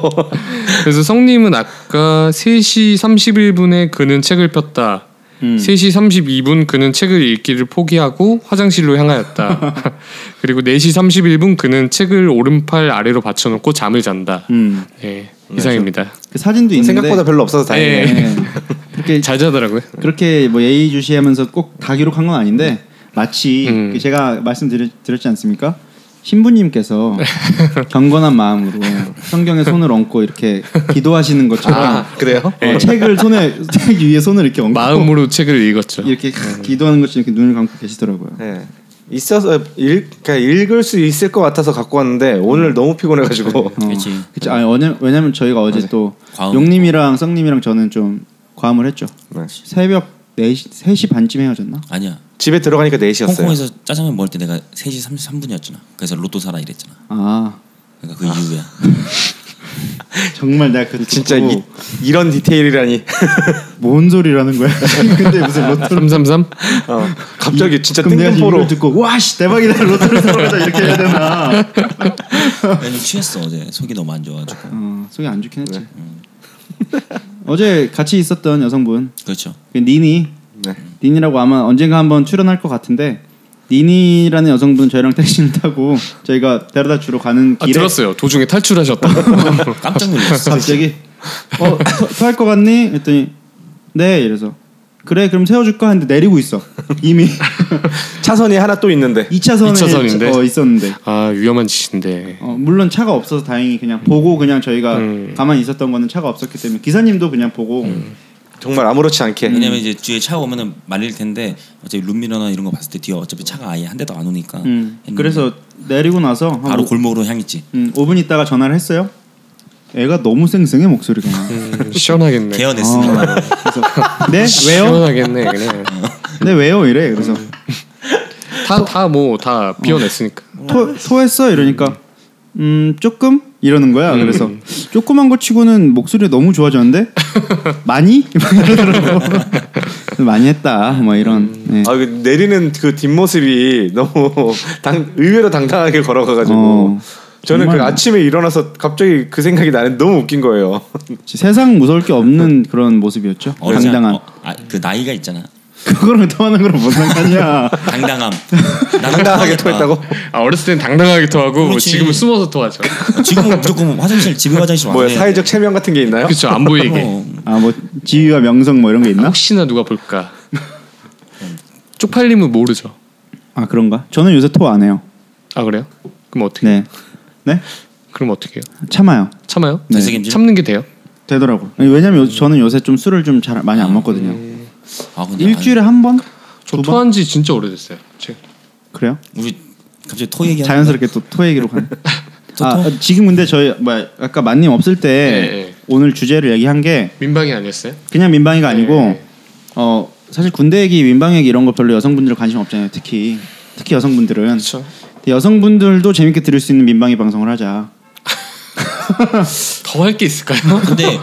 C: 그래서 성님은 아까 3시 31분에 그는 책을 폈다. 3시 32분 그는 책을 읽기를 포기하고 화장실로 향하였다. 그리고 4시 31분 그는 책을 오른팔 아래로 받쳐놓고 잠을 잔다.
A: 음.
C: 예, 이상입니다.
A: 그 사진도 있는데
B: 생각보다 별로 없어서 다행이네.
C: 예.
A: 네. 그렇게
C: 잘 자더라고요.
A: 그렇게 뭐 예의주시하면서 꼭 다 기록한 건 아닌데 마치
C: 음.
A: 그 제가 말씀드렸지 않습니까? 신부님께서 경건한 마음으로 성경에 손을 얹고 이렇게 기도하시는 것처럼
B: 아 그래요?
A: 어, 책을 손에 책 위에 손을 이렇게 얹고
C: 마음으로 책을 읽었죠.
A: 이렇게
B: 음.
A: 기도하는 것처럼 이렇게 눈을 감고 계시더라고요.
B: 네. 있어서 읽, 그러니까 읽을 수 있을 것 같아서 갖고 왔는데 오늘 너무 피곤해가지고
A: 어.
D: 그치.
A: 그치. 아니, 어냐- 왜냐면 저희가 어제 또
D: 과음.
A: 용님이랑 성님이랑 저는 좀 과음을 했죠.
B: 네.
A: 새벽 4시, 3시 반쯤에 헤어졌나?
D: 아니야.
B: 집에 들어가니까 4시였어요.
D: 홍콩에서 짜장면 먹을 때 내가 3시 33분이었잖아. 그래서 로또 사라 이랬잖아.
A: 아
D: 그러니까 그 이후야.
A: 정말 내가 그
B: 진짜
A: 듣고
B: 이, 이런 디테일이라니.
A: 뭔 소리라는 거야? 근데 무슨 로또
C: 333?
B: 어, 갑자기 진짜
A: 그럼 내가 지금
B: 뜬금포로
A: 이걸 듣고 와씨 대박이다 로또를 사러 가자 이렇게 해야 되나?
D: 내가 좀 취했어 어제. 속이 너무 안 좋아가지고.
A: 어, 속이 안 좋긴 했지. 음. 어제 같이 있었던 여성분
D: 그렇죠.
A: 그 니니
B: 네.
A: 니니라고 아마 언젠가 한번 출연할 것 같은데 니니라는 여성분 저희랑 택시를 타고 저희가 데려다 주러 가는
C: 아,
A: 길에
C: 들었어요. 도중에 탈출하셨다.
D: 깜짝 놀랐어.
A: 갑자기 어 토할 것 같니? 했더니 네 이래서 그래 그럼 세워줄까 했는데 내리고 있어 이미
B: 차선이 하나 또 있는데
A: 2차선에
C: 이 차선인데?
A: 어, 있었는데
C: 아 위험한 짓인데.
A: 어, 물론 차가 없어서 다행히 그냥 보고 그냥 저희가 가만히 있었던 거는 차가 없었기 때문에 기사님도 그냥 보고
B: 정말 아무렇지 않게
A: 음.
D: 왜냐면 이제 뒤에 차 오면은 말릴 텐데 어차피 룸미러나 이런 거 봤을 때 뒤에 어차피 차가 아예 한 대도 안 오니까.
A: 음,
D: 했는데
A: 그래서 내리고 나서 한
D: 바로
A: 오-
D: 골목으로 향했지.
A: 음, 5분 있다가 전화를 했어요. 애가 너무 쌩쌩해 목소리가.
C: 음, 시원하겠네.
D: 개어냈으니까.
A: 그래서 네 왜요?
C: 시원하겠네. 그냥
A: 네 왜요 이래. 그래서
C: 다다 뭐 다 비워냈으니까.
A: 토 토했어 이러니까 음 조금 이러는 거야. 그래서 조그만 거 치고는 목소리 가 너무 좋아졌는데 많이? 막 이러더라고. 많이 했다. 뭐 이런. 예.
B: 아, 그 내리는 그 뒷모습이 너무 당, 의외로 당당하게 걸어가가지고
A: 어,
B: 저는 그
A: 정말.
B: 아침에 일어나서 갑자기 그 생각이 나는 데 너무 웃긴 거예요.
A: 세상 무서울 게 없는 그런 모습이었죠.
D: 어리지 않-
A: 당당한.
D: 어, 아, 그 나이가 있잖아.
A: 그거를 통하는 거랑 뭔 상관이야.
D: 당당함. 나는
B: 당당하게
D: 통하겠다.
B: 토했다고?
C: 아 어렸을 땐 당당하게 토하고
D: 그렇지.
C: 지금은 숨어서 토하죠.
D: 아, 지금은 무조건 화장실 집에 화장실
C: 아,
D: 안
B: 뭐야
C: 네.
D: 해.
B: 사회적 체면 같은 게 있나요?
C: 그렇죠 안 보이게.
D: 어,
A: 아 뭐 지위와 명성 뭐 이런 게 있나?
C: 혹시나 누가 볼까. 쪽팔림은 모르죠.
A: 아 그런가? 저는 요새 토 안 해요.
C: 아 그래요? 그럼 어떻게?
A: 네. 네?
C: 그럼 어떻게 해요?
A: 참아요.
C: 참아요?
A: 네.
D: 되새김질?
C: 참는 게 돼요?
A: 되더라고. 아니, 왜냐면 요, 저는 요새 좀 술을 좀 잘 많이 안 먹거든요.
D: 아 근데
A: 일주일에 한 번?
C: 저
A: 두 번?
C: 토한 지 진짜 오래됐어요. 지금.
A: 그래요?
D: 아, 우리 갑자기 토 얘기.
A: 자연스럽게 또 토 얘기로 가네.
D: 예. 또
A: 아,
D: 토?
A: 아, 지금 근데 저희 뭐 아까 만님 없을 때
C: 예, 예.
A: 오늘 주제를 얘기한 게
C: 민방이 아니었어요?
A: 그냥 민방위가 아니고
C: 예.
A: 어 사실 군대 얘기, 민방 얘기 이런 거 별로 여성분들 관심 없잖아요. 특히 특히 여성분들은
C: 그렇죠.
A: 근데 여성분들도 재밌게 들을 수 있는 민방위 방송을 하자.
C: 더 할 게 있을까요?
D: 근데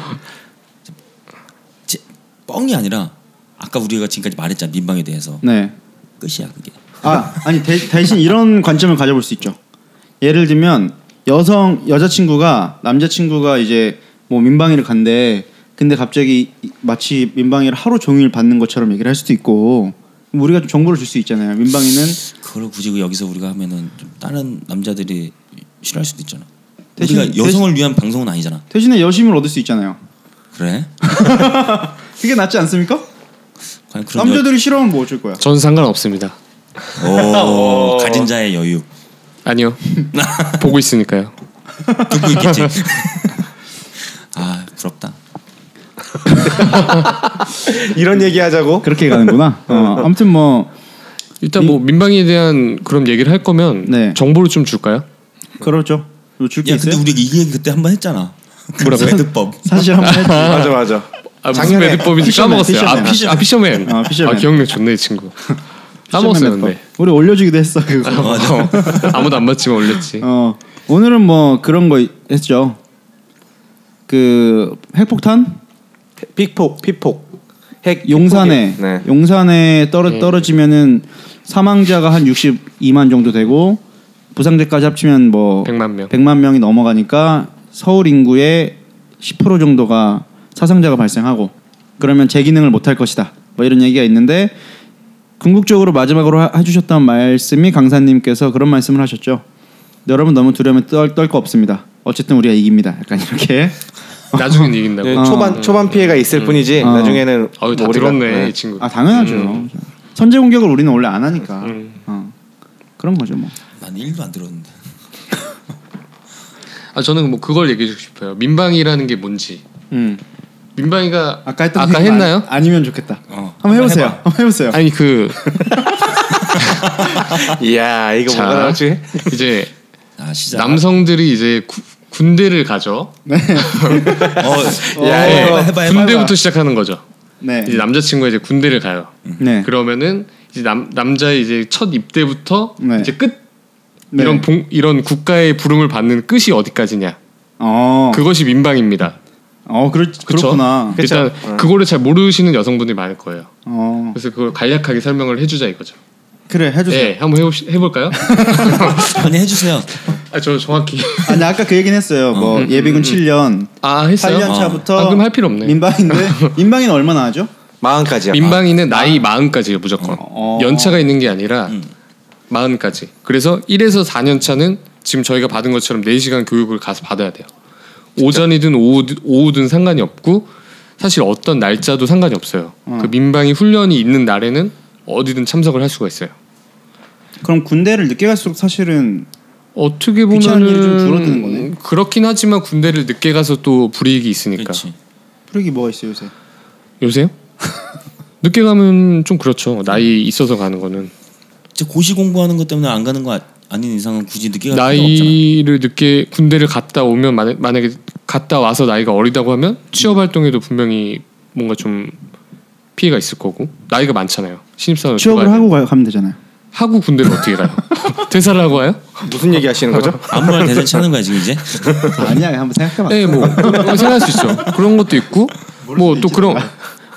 D: 제- 뻥이 아니라 아까 우리가 지금까지 말했잖아 민방에 대해서
A: 네.
D: 끝이야 그게.
A: 아 아니 대, 대신 이런 관점을 가져볼 수 있죠. 예를 들면 여성 여자친구가 남자친구가 이제 뭐 민방위를 간대. 근데 갑자기 이- 마치 민방위를 하루 종일 받는 것처럼 얘기를 할 수도 있고 우리가 좀 정보를 줄 수 있잖아요. 민방위는
D: 그걸 굳이 그 여기서 우리가 하면은 좀 다른 남자들이 싫어할 수도 있잖아.
A: 대신-
D: 우리가 여성을 위한 방송은 아니잖아.
A: 대신에 여심을 얻을 수 있잖아요.
D: 그래?
A: 그게 낫지 않습니까?
D: 과연 그런
A: 남자들이 싫어하면 뭐 어쩔 거야.
C: 전 상관없습니다.
D: 여... 오, 가진 자의 여유
C: 아니요. 보고 있으니까요.
D: 듣고 있겠지. 아 부럽다.
C: 그렇죠.
B: 이런 얘기 하자고?
A: 그렇게 가는구나. 어, 아무튼 뭐
C: 일단 뭐 민방위에 대한 그런 얘기를 할 거면
A: 네.
C: 정보를 좀 줄까요?
A: 그러죠. 줄게
D: 야 근데
A: 있어요.
D: 우리 이 얘기 그때 한 번 했잖아. 그
C: 뭐라고요?
D: 매듭법.
A: 사실 한번 했지.
B: 맞아 맞아.
C: 아, 무슨
B: 작년에
C: 매듭법인지
A: 피셔맨,
C: 까먹었어요. 아,
A: 피셔맨.
C: 피셔, 아 피셔맨.
A: 어, 피셔맨.
C: 아, 기억력 좋네 이 친구. 까먹었어요 근데.
A: 우리 올려주기도 했어 그거.
C: 어, 아무도 안 맞지만 올렸지.
A: 어 오늘은 뭐 그런 거 했죠. 그 핵폭탄
B: 픽폭 피폭 핵
A: 용산에
B: 핵폭이요. 네.
A: 용산에
C: 음.
A: 떨어 떨어지면은 사망자가 한 62만 정도 되고 부상자까지 합치면 뭐
C: 100만 명.
A: 100만 명이 넘어가니까 서울 인구의 10% 정도가 사상자가 발생하고 그러면 재기능을 못할 것이다. 뭐 이런 얘기가 있는데 궁극적으로 마지막으로 하- 해주셨던 말씀이 강사님께서 그런 말씀을 하셨죠. "네, 여러분 너무 두려움에 떨 거 없습니다. 어쨌든 우리가 이깁니다. 약간 이렇게
C: 나중엔 이긴다고.
B: 네,
A: 어.
B: 초반 초반 피해가 있을 뿐이지
A: 어.
B: 나중에는
C: 음. 아유 다
B: 뭐 우리가-
C: 들었네
B: 네.
C: 이 친구.
A: 아 당연하죠.
C: 음.
A: 선제 공격을 우리는 원래 안 하니까 어. 그런 거죠 뭐.
D: 난 1도 안 들었는데.
C: 아 저는 뭐 그걸 얘기해 주고 싶어요. 민방위라는 게 뭔지. 민방위가
A: 아까 했던
C: 음. 아까
A: 생각
C: 했나요?
A: 아니, 아니면 좋겠다.
D: 어.
A: 한번 해보세요.
D: 해봐.
A: 한번 해보세요.
C: 아니 그
B: 이야 이거
C: 자,
B: 뭐가 나오지?
C: 이제
D: 아 시작.
C: 남성들이 이제 구- 군대를 가죠.
A: 네.
D: 어,
B: 야,
D: 어,
C: 네.
D: 해봐 해봐 해봐.
C: 군대부터 시작하는 거죠.
A: 네.
C: 이제 남자친구가 이제 군대를 가요.
A: 네.
C: 예. 그러면은 이제 남 남자의 이제 첫 입대부터
A: 네.
C: 이제 끝
A: 네.
C: 이런 봉, 이런 국가의 부름을 받는 끝이 어디까지냐.
A: 어.
C: 그것이 민방입니다.
A: 어, 그렇
C: 그쵸?
A: 그렇구나.
C: 일단 그거를 잘 모르시는 여성분들이 많을 거예요.
A: 어.
C: 그래서 그걸 간략하게 설명을 해주자 이거죠.
A: 그래 해 주세요.
C: 네, 한번 해봅시, 해볼까요?
D: 아니 해주세요.
C: 아, 저 정확히
A: 아니 아까 그 얘기는 했어요.
C: 음,
A: 뭐 예비군 7년,
C: 아 했어요.
A: 8년 차부터
C: 방금 할 필요 없네.
A: 민방인데 민방인 얼마나 하죠?
B: 마흔까지야.
C: 민방위는 나이 마흔까지예요 무조건.
A: 어.
C: 연차가 있는 게 아니라 마흔까지. 그래서 1에서 4년 차는 지금 저희가 받은 것처럼 4시간 교육을 가서 받아야 돼요. 오전이든 오후든, 오후든 상관이 없고 사실 어떤 날짜도 상관이 없어요. 그 민방위 훈련이 있는 날에는 어디든 참석을 할 수가 있어요.
A: 그럼 군대를 늦게 갈수록 사실은
C: 어떻게
A: 귀찮은 일이 좀
C: 보면은
A: 줄어드는 거네.
C: 그렇긴 하지만 군대를 늦게 가서 또 불이익이 있으니까.
B: 그러니까.
D: 그렇지.
A: 푸르기 뭐가 있어요 요새?
C: 요새요? 늦게 가면 좀 그렇죠. 나이 있어서 가는 거는.
D: 저 고시 공부하는 것 때문에 안 가는 거 아- 아닌 이상은 굳이 늦게 갈 필요 없잖아.
C: 나이를 늦게 군대를 갔다 오면 만약- 만약에 갔다 와서 나이가 어리다고 하면 취업
D: 음.
C: 활동에도 분명히 뭔가 좀 피해가 있을 거고 나이가 많잖아요. 신입사원
A: 취업을 하고 가, 가면 되잖아요.
C: 하고 군대를 어떻게 가요? 퇴사를 하고 와요?
B: 아, 무슨 얘기 하시는 거죠?
D: 아무 말 대잔치 하는 거야 지금 이제.
A: 아니야, 한번 생각해 봐.
C: 네, 뭐 그런 거 생각할 수 있죠. 그런 것도 있고 뭐 또 그런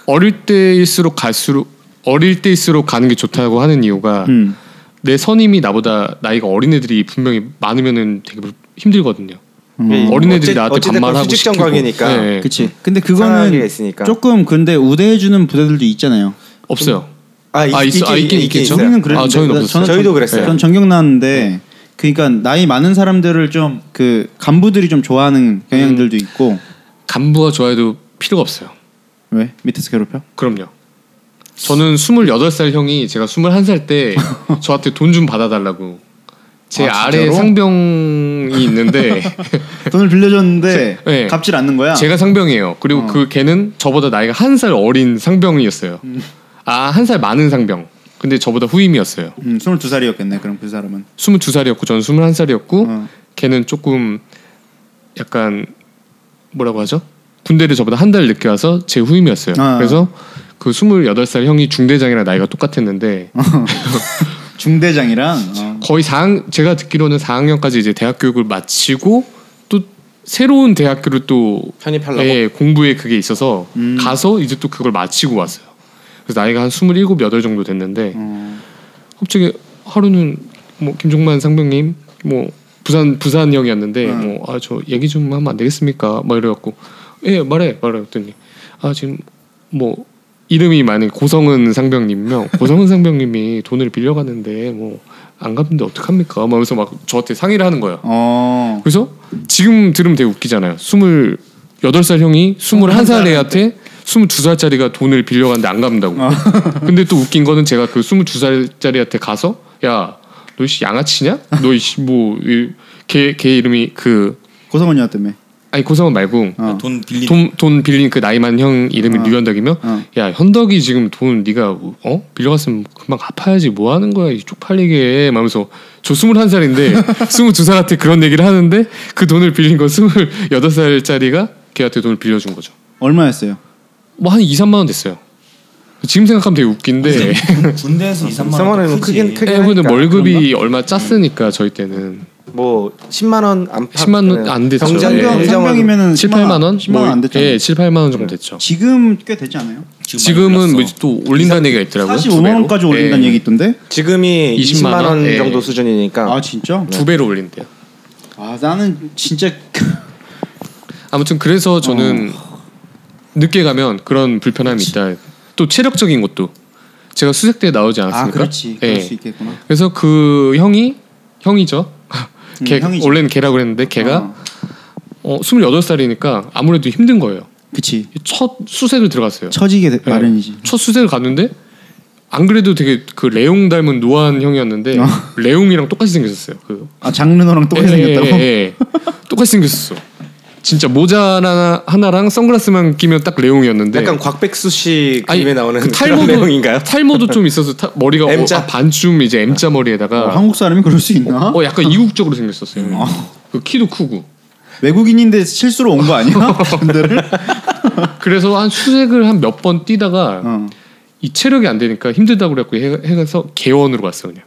C: 어릴 때일수록 갈수록 어릴 때일수록 가는 게 좋다고 하는 이유가
A: 음.
C: 내 선임이 나보다 나이가 어린 애들이 분명히 많으면은 되게 힘들거든요.
A: 음.
C: 어린 애들이
B: 음. 어찌-
C: 나한테
B: 어찌됐건
C: 반말하고
B: 수직
C: 시키고.
B: 정각이니까.
C: 예, 예.
A: 그치. 근데
B: 상하게
A: 그거는
B: 있으니까.
A: 조금 근데 우대해주는 부대들도 있잖아요.
C: 없어요.
B: 아, 있,
C: 아, 있- 아, 있긴 있겠죠.
B: 있어요.
A: 우리는 그랬는데
C: 아, 저희는
A: 나-
C: 없었어요.
A: 저는
B: 저희도
A: 전-
B: 그랬어요.
A: 전 전경 나왔는데 그러니까 나이 많은 사람들을 좀 그 간부들이 좀 좋아하는 경향들도 있고
C: 간부가 좋아해도 필요가 없어요.
A: 왜 밑에서 괴롭혀?
C: 그럼요. 저는 28살 형이 제가 21살 때 저한테 돈 좀 받아달라고 제
A: 아,
C: 아, 래
A: 진짜로?
C: 상병이 있는데
A: 돈을 빌려줬는데
C: 제- 네.
A: 갚질 않는 거야. 어.
C: 제가 상병이에요. 그리고 그 걔는 저보다 나이가 한 살 어린 상병이었어요.
A: 음.
C: 아, 한 살 많은 상병. 근데 저보다 후임이었어요.
A: 음, 22살이었겠네. 그럼 그 사람은.
C: 22살이었고 저는 21살이었고
B: 음.
A: 어.
C: 걔는 조금 약간 뭐라고 하죠? 군대를 저보다 한 달 늦게 와서 제 후임이었어요.
A: 아.
C: 그래서 그 28살 형이 중대장이랑 나이가 똑같았는데
B: 음.
A: 중대장이랑 어.
C: 거의 4학 제가 듣기로는 4학년까지 이제 대학 교육을 마치고 또 새로운 대학교를 또
B: 편입하려고? 음.
C: 예, 공부에 그게 있어서 가서 이제 또 그걸 마치고 왔어요. 그래서 나이가 한 27, 8 정도 됐는데
A: 어,
C: 갑자기 하루는 뭐 김종만 상병님 뭐 부산 부산 형이었는데 뭐 아 저 얘기 좀 하면 안 되겠습니까? 막 이래갖고 예 말해 말해 했더니 아 지금 뭐 이름이 만약 고성은 상병님이면 고성은 상병님이 돈을 빌려가는데 뭐 안 갚는데 어떡합니까? 막 하면서 막 저한테 상의를 하는 거예요.
A: 어.
C: 그래서 지금 들으면 되게 웃기잖아요. 스물 여덟 살 형이 스물한 살 애한테 스물두 살짜리가 돈을 빌려갔는데 안 갚는다고. 근데 또 웃긴 거는 제가 그 스물두 살짜리한테 가서 야 너 이씨 양아치냐? 너 이씨 뭐걔걔 이름이 그
A: 고성원이었 때문에.
C: 아니 고성은 말고
A: 어.
E: 돈 빌린
C: 돈, 돈 빌린 그 나이 많은 형 이름이
A: 어.
C: 류현덕이면
A: 어.
C: 야 현덕이 지금 돈 네가 어 빌려갔으면 금방 갚아야지 뭐 하는 거야 이 쪽팔리게 하면서 저 21살인데 22살한테 그런 얘기를 하는데 그 돈을 빌린 건 28살짜리가 걔한테 돈을 빌려준 거죠
A: 얼마였어요?
C: 뭐 한 2, 3만 원 됐어요 지금 생각하면 되게
A: 아,
C: 웃긴데
E: 군대에서 2, 3만 원
B: 이상원은 크긴 크긴
C: 예, 근데
B: 하니까.
C: 월급이 얼마 짰으니까
A: 음.
C: 저희 때는
B: 뭐 10만 원 안팎
C: 10만 원안 됐죠.
B: 병장
C: 예.
A: 상병,
B: 병장은
A: 상병이면은
C: 7,
A: 10만
C: 8만 원?
A: 10만 원 안
C: 뭐,
A: 됐잖아요. 네.
C: 예, 7, 8만 원 정도 됐죠
A: 지금 꽤 되지 않아요?
C: 지금은 뭐 또 올린다는 얘기가 있더라고요 두
A: 45만
C: 배로.
A: 원까지 올린다는
C: 예.
A: 얘기 있던데.
B: 지금이
C: 20만
B: 20만 원
C: 원?
B: 정도
C: 예.
B: 수준이니까
A: 아 진짜?
C: 두 배로 올린대요
A: 아 나는 진짜 그-
C: 아무튼 그래서 저는 늦게 가면 그런 불편함이 있다. 또 체력적인 것도 제가 수색대에 나오지 않았습니까?
A: 아 그렇지. 그럴
C: 예.
A: 수 있겠구나.
C: 그래서 그 형이 형이죠.
A: 음,
C: 걔
A: 형이죠.
C: 원래는 걔라고 그랬는데 걔가
A: 어.
C: 어. 28살이니까 아무래도 힘든 거예요.
A: 그치.
C: 첫 수색을 들어갔어요.
A: 처지게 되-
C: 예.
A: 마련이지.
C: 첫 수색을 갔는데 안 그래도 되게 그 레옹 닮은 노안 형이었는데
A: 어.
C: 레옹이랑 똑같이 생겼었어요. 그
A: 아 장르노랑 똑같이
C: 예,
A: 생겼다고?
C: 예, 예. 똑같이 생겼었어. 진짜 모자 하나, 하나랑 선글라스만 끼면 딱 레옹이었는데.
B: 약간 곽백수 씨
C: 아니,
B: 그림에 나오는
C: 그
B: 그런 내용인가요?
C: 탈모도 좀 있어서 타- 머리가 어,
B: M자?
C: 아, 반쯤 이제 M자
A: 어,
C: 머리에다가 어,
A: 한국 사람이 그럴 수 있나?
C: 약간 이국적으로 생겼었어요. 그 키도 크고.
A: 외국인인데 실수로 온 거 아니야? 군대를?
C: 그래서 한 수색을 한 몇 번 뛰다가
A: 어.
C: 이 체력이 안 되니까 힘들다고 그래갖고 해- 해가서 개원으로 갔어 그냥.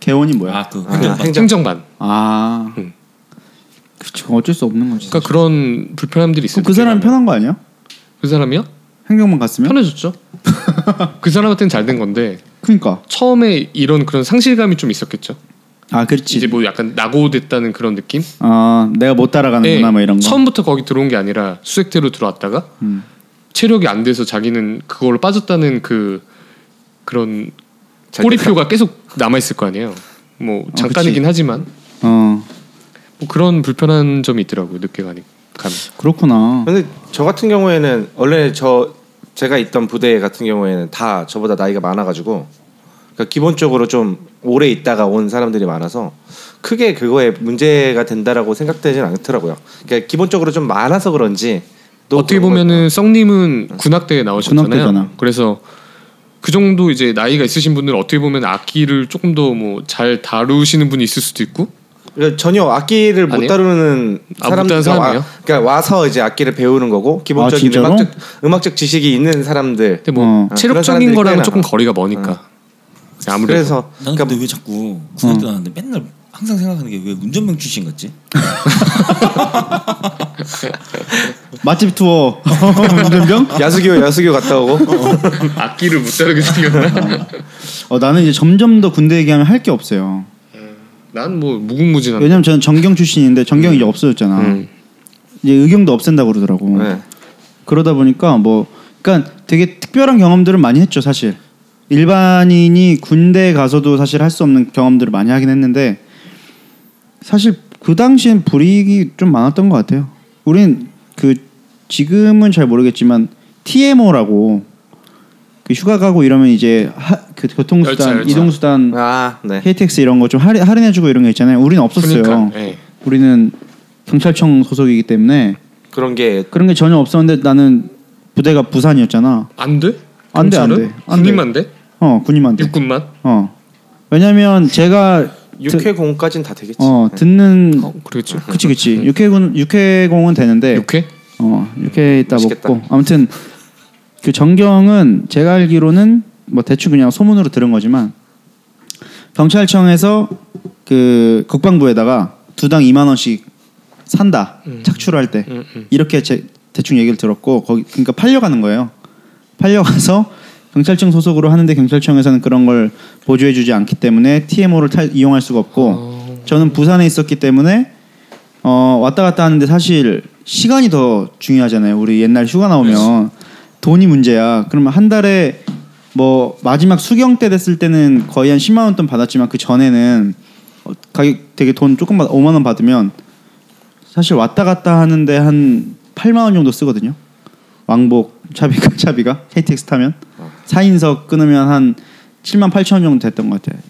A: 개원이 뭐야?
E: 아그
B: 아, 행정
C: 행정반.
A: 아.
C: 음.
A: 그쵸 어쩔 수 없는 거지.
C: 그러니까 그런 불편함들이 있어요.
A: 그럼 그 사람 이 편한 거 아니야?
C: 그 사람이요?
A: 행정만 갔으면?
C: 편해졌죠. 그 사람한테는 잘 된 건데
A: 그러니까.
C: 처음에 이런 그런 상실감이 좀 있었겠죠.
A: 아 그렇지.
C: 이제 뭐 약간 낙오됐다는 그런 느낌?
A: 아 내가 못 따라가는구나
C: 예,
A: 뭐 이런 거.
C: 처음부터 거기 들어온 게 아니라 수색대로 들어왔다가
A: 음.
C: 체력이 안 돼서 자기는 그걸로 빠졌다는 그 그런 꼬리표가 계속 남아 있을 거 아니에요. 뭐
A: 어,
C: 잠깐이긴 하지만
A: 어
C: 뭐 그런 불편한 점이 있더라고요. 늦게 가니 가면. 음.
A: 그렇구나.
B: 근데 저 같은 경우에는 원래 저 제가 있던 부대 같은 경우에는 다 저보다 나이가 많아가지고 그러니까 기본적으로 좀 오래 있다가 온 사람들이 많아서 크게 그거에 문제가 된다라고 생각되진 않더라고요. 그러니까 기본적으로 좀 많아서 그런지 또
C: 어떻게
B: 그런 거-
C: 보면은 썩님은 군악대에
A: 음.
C: 나오셨잖아요.
A: 군악대잖아.
C: 그래서 그 정도 이제 나이가 있으신 분들은 어떻게 보면 악기를 조금 더 뭐 잘 다루시는 분이 있을 수도 있고
B: 그러니까 전혀 악기를 못
C: 아니에요?
B: 다루는
C: 아, 못 다루는
B: 사람들과
C: 사람이에요?
B: 와, 그러니까 와서 이제 악기를 배우는 거고 기본적인
A: 진짜로?
B: 음악적 음악적 지식이 있는 사람들
C: 근데 뭐
A: 어.
C: 체력적인
B: 아, 그런 사람들이
C: 거랑은
B: 꽤나. 어.
C: 조금 거리가 머니까 아무래도
B: 그래서 그러니까
D: 난 근데 왜 자꾸
B: 어.
D: 군대 나왔는데 맨날 항상 생각하는 게 왜 운전병 출신 같지?
A: 맛집 투어 운전병?
B: 야수교 야수교 갔다
C: 어.
B: 오고
C: 악기를 못 다루게 생겼나?
A: 어, 나는 이제 점점 더 군대 얘기하면 할 게 없어요.
C: 난 뭐 무궁무진한.
A: 왜냐면 저는 전경 출신인데 전경이 이제 없어졌잖아.
C: 음.
A: 이제 의경도 없앤다고 그러더라고.
B: 네.
A: 그러다 보니까 뭐 그러니까 되게 특별한 경험들을 많이 했죠 사실 일반인이 군대 가서도 사실 할 수 없는 경험들을 많이 하긴 했는데 사실 그 당시엔 불이익이 좀 많았던 것 같아요 우린 그 지금은 잘 모르겠지만 TMO라고 그 휴가 가고 이러면 이제 하, 그 교통수단
C: 열차, 열차.
A: 이동수단
B: 아네
A: KTX 이런 거 좀 할인, 할인해주고 이런 게 있잖아요 우린 없었어요
C: 그러니까, 예.
A: 우리는 경찰청 소속이기 때문에
B: 그런 게
A: 그런 게 전혀 없었는데 나는 부대가 부산이었잖아.
C: 안 돼?
A: 안 돼, 안
C: 경찰은?
A: 돼, 안 돼.
C: 군인만 돼?
A: 어 군인만 돼.
C: 육군만?
A: 어 왜냐면 제가 드,
B: 6회공까지는 다 되겠지 네.
A: 어 듣는
C: 어, 그러겠죠.
A: 그치 그치 육해군 육해공은 되는데
C: 육회?
A: 어 육해 있다
B: 맛있겠다.
A: 먹고 아무튼 그 전경은 제가 알기로는 뭐 대충 그냥 소문으로 들은 거지만 경찰청에서 그 국방부에다가 두당 2만 원씩 산다 착출할 때
C: 음, 음.
A: 이렇게 제, 대충 얘기를 들었고 거기 그러니까 팔려가는 거예요. 팔려가서 경찰청 소속으로 하는데 경찰청에서는 그런 걸 보조해주지 않기 때문에 TMO를 탈, 이용할 수가 없고 저는 부산에 있었기 때문에 어, 왔다 갔다 하는데 사실 시간이 더 중요하잖아요. 우리 옛날 휴가 나오면 돈이 문제야. 그러면 한 달에 뭐 마지막 수경 때 됐을 때는 거의 한 10만 원 돈 받았지만 그 전에는 어, 가격 되게 돈 조금 받 5만 원 받으면 사실 왔다 갔다 하는데 한 8만 원 정도 쓰거든요. 왕복 차비가 차비가 KTX 타면 4인석 끊으면 한 7만 8천 원 정도 됐던 것 같아요.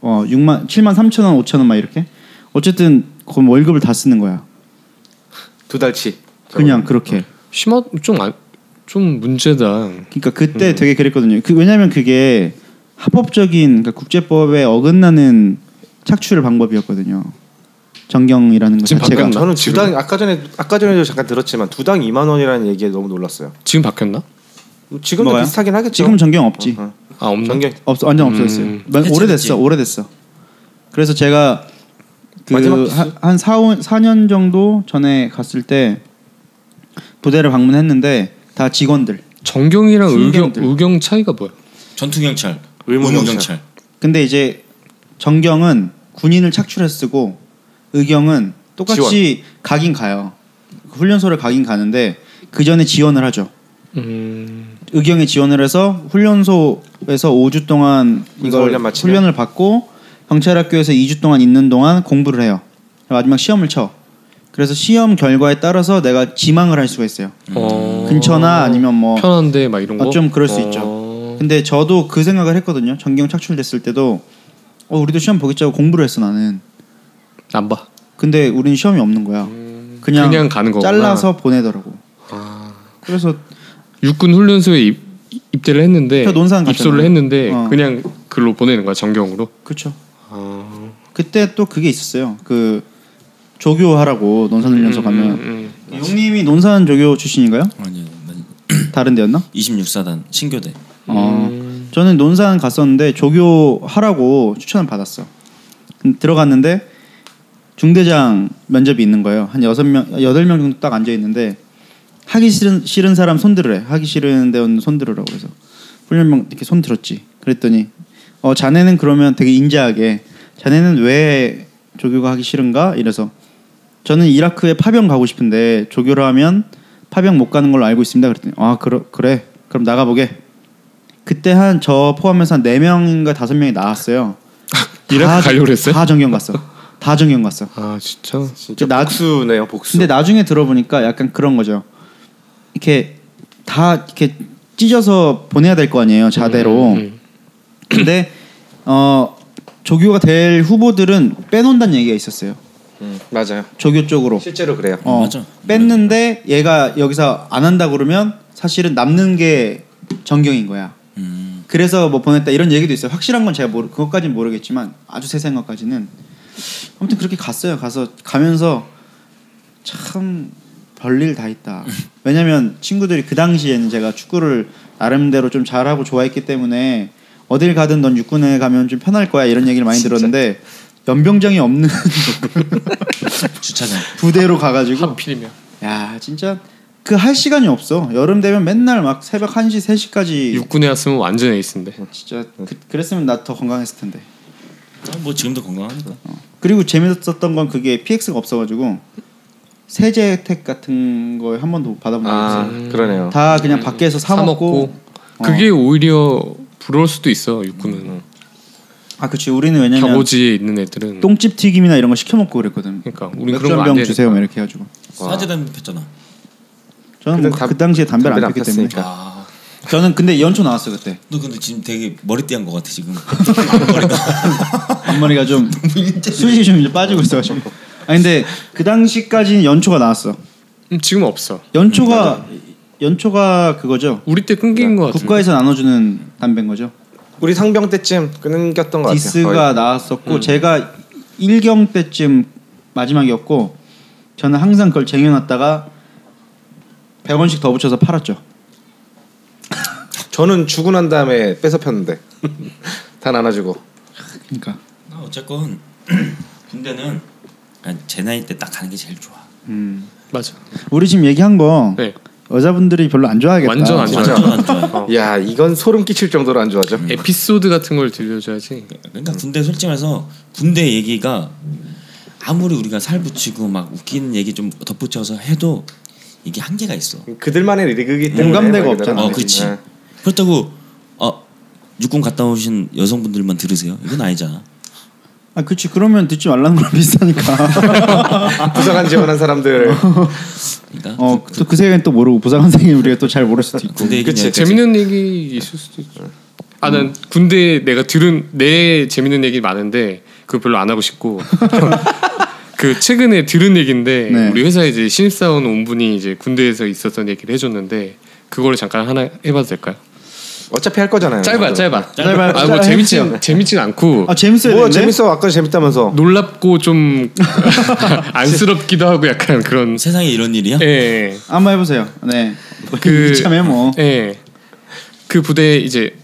A: 어 6만 7만 3천 원, 5천 원 막 이렇게. 어쨌든 그건 월급을 다 쓰는 거야.
B: 두 달치
A: 그냥 그렇게.
C: 심하 좀좀 좀 문제다.
A: 그러니까 그때 되게 그랬거든요. 그 왜냐면 그게 합법적인 그러니까 국제법에 어긋나는 착출 방법이었거든요. 정경이라는 것
C: 지금
A: 자체가.
C: 바뀌었나?
B: 저는 두당 아까 전에 아까 전에도 잠깐 들었지만 두 당 2만 원이라는 얘기에 너무 놀랐어요
C: 지금 바뀌었나?
B: 지금도
A: 뭐가요?
B: 비슷하긴 하겠죠
A: 지금 정경 없지.
B: 어,
C: 아 없나?
B: 전경
A: 없어 완전 없어졌어요. 마-
E: 해체됐지.
A: 오래됐어, 오래됐어. 그래서 제가
B: 마지막
A: 그
B: 기수?
A: 한 4, 4년 정도 전에 갔을 때 부대를 방문했는데 다 직원들.
C: 정경이랑 의경
A: 신경들.
C: 의경 차이가 뭐야?
E: 전투경찰,
B: 의무경찰.
E: 의무경찰.
A: 근데 이제 정경은 군인을 착출해 쓰고 의경은 똑같이 가긴 가요. 훈련소를 가긴 가는데 그 전에 지원을 하죠.
C: 음,
A: 의경에 지원을 해서 훈련소에서 5주 동안
B: 군사
A: 이걸
B: 훈련 마치면?
A: 훈련을 받고 경찰학교에서 2주 동안 있는 동안 공부를 해요. 마지막 시험을 쳐. 그래서 시험 결과에 따라서 내가 지망을 할 수가 있어요.
C: 어,
A: 음, 근처나 아니면 뭐
C: 편한데 막 이런 거.
A: 아, 좀 그럴 수
C: 어,
A: 있죠. 근데 저도 그 생각을 했거든요. 전경 착출됐을 때도 어 우리도 시험 보겠자고 공부를 했어 나는.
C: 안 봐.
A: 근데 우리는 시험이 없는 거야. 그냥,
C: 그냥 가는 거구나.
A: 잘라서 보내더라고. 그래서
C: 육군 훈련소에 입, 입대를 했는데
A: 저 논산
C: 입소를
A: 갔잖아요.
C: 했는데
A: 어.
C: 그냥 글로 보내는 거야 정경으로.
A: 그렇죠. 그때 또 그게 있었어요. 그 조교하라고 논산훈련소
C: 음,
A: 가면 용님이 논산 조교 출신인가요?
D: 아니요, 난
A: 다른 데였나?
D: 음. 26사단 신교대.
A: 어, 저는 논산 갔었는데 조교하라고 추천을 받았어. 근데 들어갔는데 중대장 면접이 있는 거예요. 한 여섯 명, 여덟 명 정도 딱 앉아 있는데 하기 싫은 싫은 사람 손 들으래. 하기 싫은 데는 손 들으라고 그래서 훈련병 이렇게 손 들었지. 그랬더니 어 자네는 그러면 되게 인자하게 자네는 왜 조교가 하기 싫은가 이래서 저는 이라크에 파병 가고 싶은데 조교로 하면 파병 못 가는 걸로 알고 있습니다. 그랬더니 아 그러, 그래 그럼 나가보게 그때 한 저 포함해서 한 4명인가 5명이 나왔어요.
C: 이라크
A: 다-
C: 가려고 그랬어요?
A: 다 정경 갔어. 다 정경 갔어.
C: 아 진짜.
B: 진짜
A: 나-
B: 복수네요 복수
A: 근데 나중에 들어보니까 약간 그런 거죠. 이렇게 다 이렇게 찢어서 보내야 될 거 아니에요, 자대로. 근데 어 조교가 될 후보들은 빼놓는다는 얘기가 있었어요.
B: 음, 맞아요
A: 조교 쪽으로.
B: 실제로 그래요
A: 어,
D: 맞아.
A: 뺐는데 얘가 여기서 안 한다 그러면 사실은 남는 게 정경인 거야.
D: 음.
A: 그래서 뭐 보냈다 이런 얘기도 있어요. 확실한 건 제가 모르 그것까지는 모르겠지만 아주 세세한 것까지는 아무튼 그렇게 갔어요. 가서 가면서 참 별일 다 있다. 왜냐면 친구들이 그 당시에는 제가 축구를 나름대로 좀 잘하고 좋아했기 때문에 어딜 가든 넌 육군에 가면 좀 편할 거야 이런 얘기를 많이 들었는데 연병장이 없는
D: 주차장.
A: 부대로 가가지고
C: 하필이면.
A: 야 진짜 그 할 시간이 없어. 여름 되면 맨날 막 새벽 1시, 3시까지
C: 육군에 왔으면 완전 에이스인데.
A: 진짜 그, 그랬으면 나 더 건강했을 텐데. 어.
D: 뭐 지금도 건강하니까.
A: 그리고 재밌었던 건 그게 PX가 없어가지고 세제 혜택 같은 거에 한 번도 받아본 적이
B: 아
A: 없어요.
B: 그러네요.
A: 음. 다 그냥 밖에서 사, 먹고. 어.
C: 그게 오히려 부러울 수도 있어 육군은.
A: 음. 아 그치 우리는 왜냐면
C: 다보지에 있는 애들은.
A: 똥집 튀김이나 이런 거 시켜 먹고 그랬거든.
C: 그러니까 우리
A: 맥주
C: 그런 거안
A: 한 병
C: 되니까.
A: 주세요 막 이렇게 해가지고.
D: 사제 담배 폈잖아.
A: 저는
B: 그때
A: 뭐
B: 담-
A: 그 당시에 담배를 안
B: 담배를
A: 폈기
B: 안
A: 때문에.
B: 폈으니까.
D: 아,
A: 저는 근데 연초 나왔어 그때.
D: 너 근데 지금 되게 머리띠한 것 같아 지금.
A: 앞머리가 좀 수지 좀 이제 빠지고 있어가지고. 아 근데 그 당시까지는 연초가 나왔어.
C: 음, 지금 없어.
A: 연초가 연초가 그거죠.
C: 우리 때
A: 네.
C: 끊긴 거 같은데.
A: 국가에서 나눠주는 담배인 거죠.
B: 우리 상병 때쯤 끊겼던 것 같아요.
A: 디스가
C: 음.
A: 나왔었고 제가 일경 때쯤 마지막이었고 저는 항상 그걸 쟁여놨다가 100원씩 더 붙여서 팔았죠.
B: 거의. 저는 죽고 난 다음에 뺏어 폈는데 다 나눠주고.
A: 그러니까
D: 아, 어쨌건 군대는 그냥 제 나이 때 딱 가는 게 제일 좋아.
C: 맞아.
A: 우리 지금 얘기한 거
C: 네.
A: 여자분들이 별로 안 좋아하겠다.
C: 완전 안 좋아.
D: 완전 안 좋아.
B: 야 이건 소름 끼칠 정도로 안 좋아져.
A: 음.
C: 에피소드 같은 걸 들려줘야지.
D: 그러니까 군대 솔직히 말해서 군대 얘기가 아무리 우리가 살 붙이고 막 웃기는 얘기 좀 덧붙여서 해도 이게 한계가 있어.
B: 그들만의 리그기 때문에
A: 공감대가
B: 막
A: 없잖아.
B: 이러는
D: 예. 어,
A: 안
B: 거지.
D: 그렇지.
B: 예.
D: 그렇다고 어 육군 갔다 오신 여성분들만 들으세요? 이건 아니잖아.
A: 아 그치 그러면 듣지 말라는 거랑 비슷하니까.
B: 네. 부사관 지원한 사람들
D: 그러니까
A: 어또 그 세계는 또 모르고 부사관 선생님 우리가 또 잘 모를 수도 있고.
D: 군대 얘기
B: 그치,
C: 재밌는 얘기 있을 수도 있죠. 아, 난 군대 내가 들은 내 재밌는 얘기 많은데 그거 별로 안 하고 싶고. 그 최근에 들은 얘기인데
A: 네.
C: 우리 회사 이제 신입사원 온 분이 이제 군대에서 있었던 얘기를 해줬는데 그거를 잠깐 하나 해봐도 될까요?
B: 어차피 할 거잖아요.
C: 짧아, 짧아.
A: 짧아요.
C: 아, 뭐
A: 짧아요.
C: 재밌진 재밌진 않고
A: 아 재밌어야
B: 뭐
A: 되는데.
B: 재밌어 아까 재밌다면서
C: 놀랍고 좀 안쓰럽기도 하고 약간 그런.
D: 세상에 이런 일이야?
A: 네.
C: 예.
A: 한번 해보세요. 네.
C: 그-
A: 참에 뭐.
C: 예. 그 부대 이제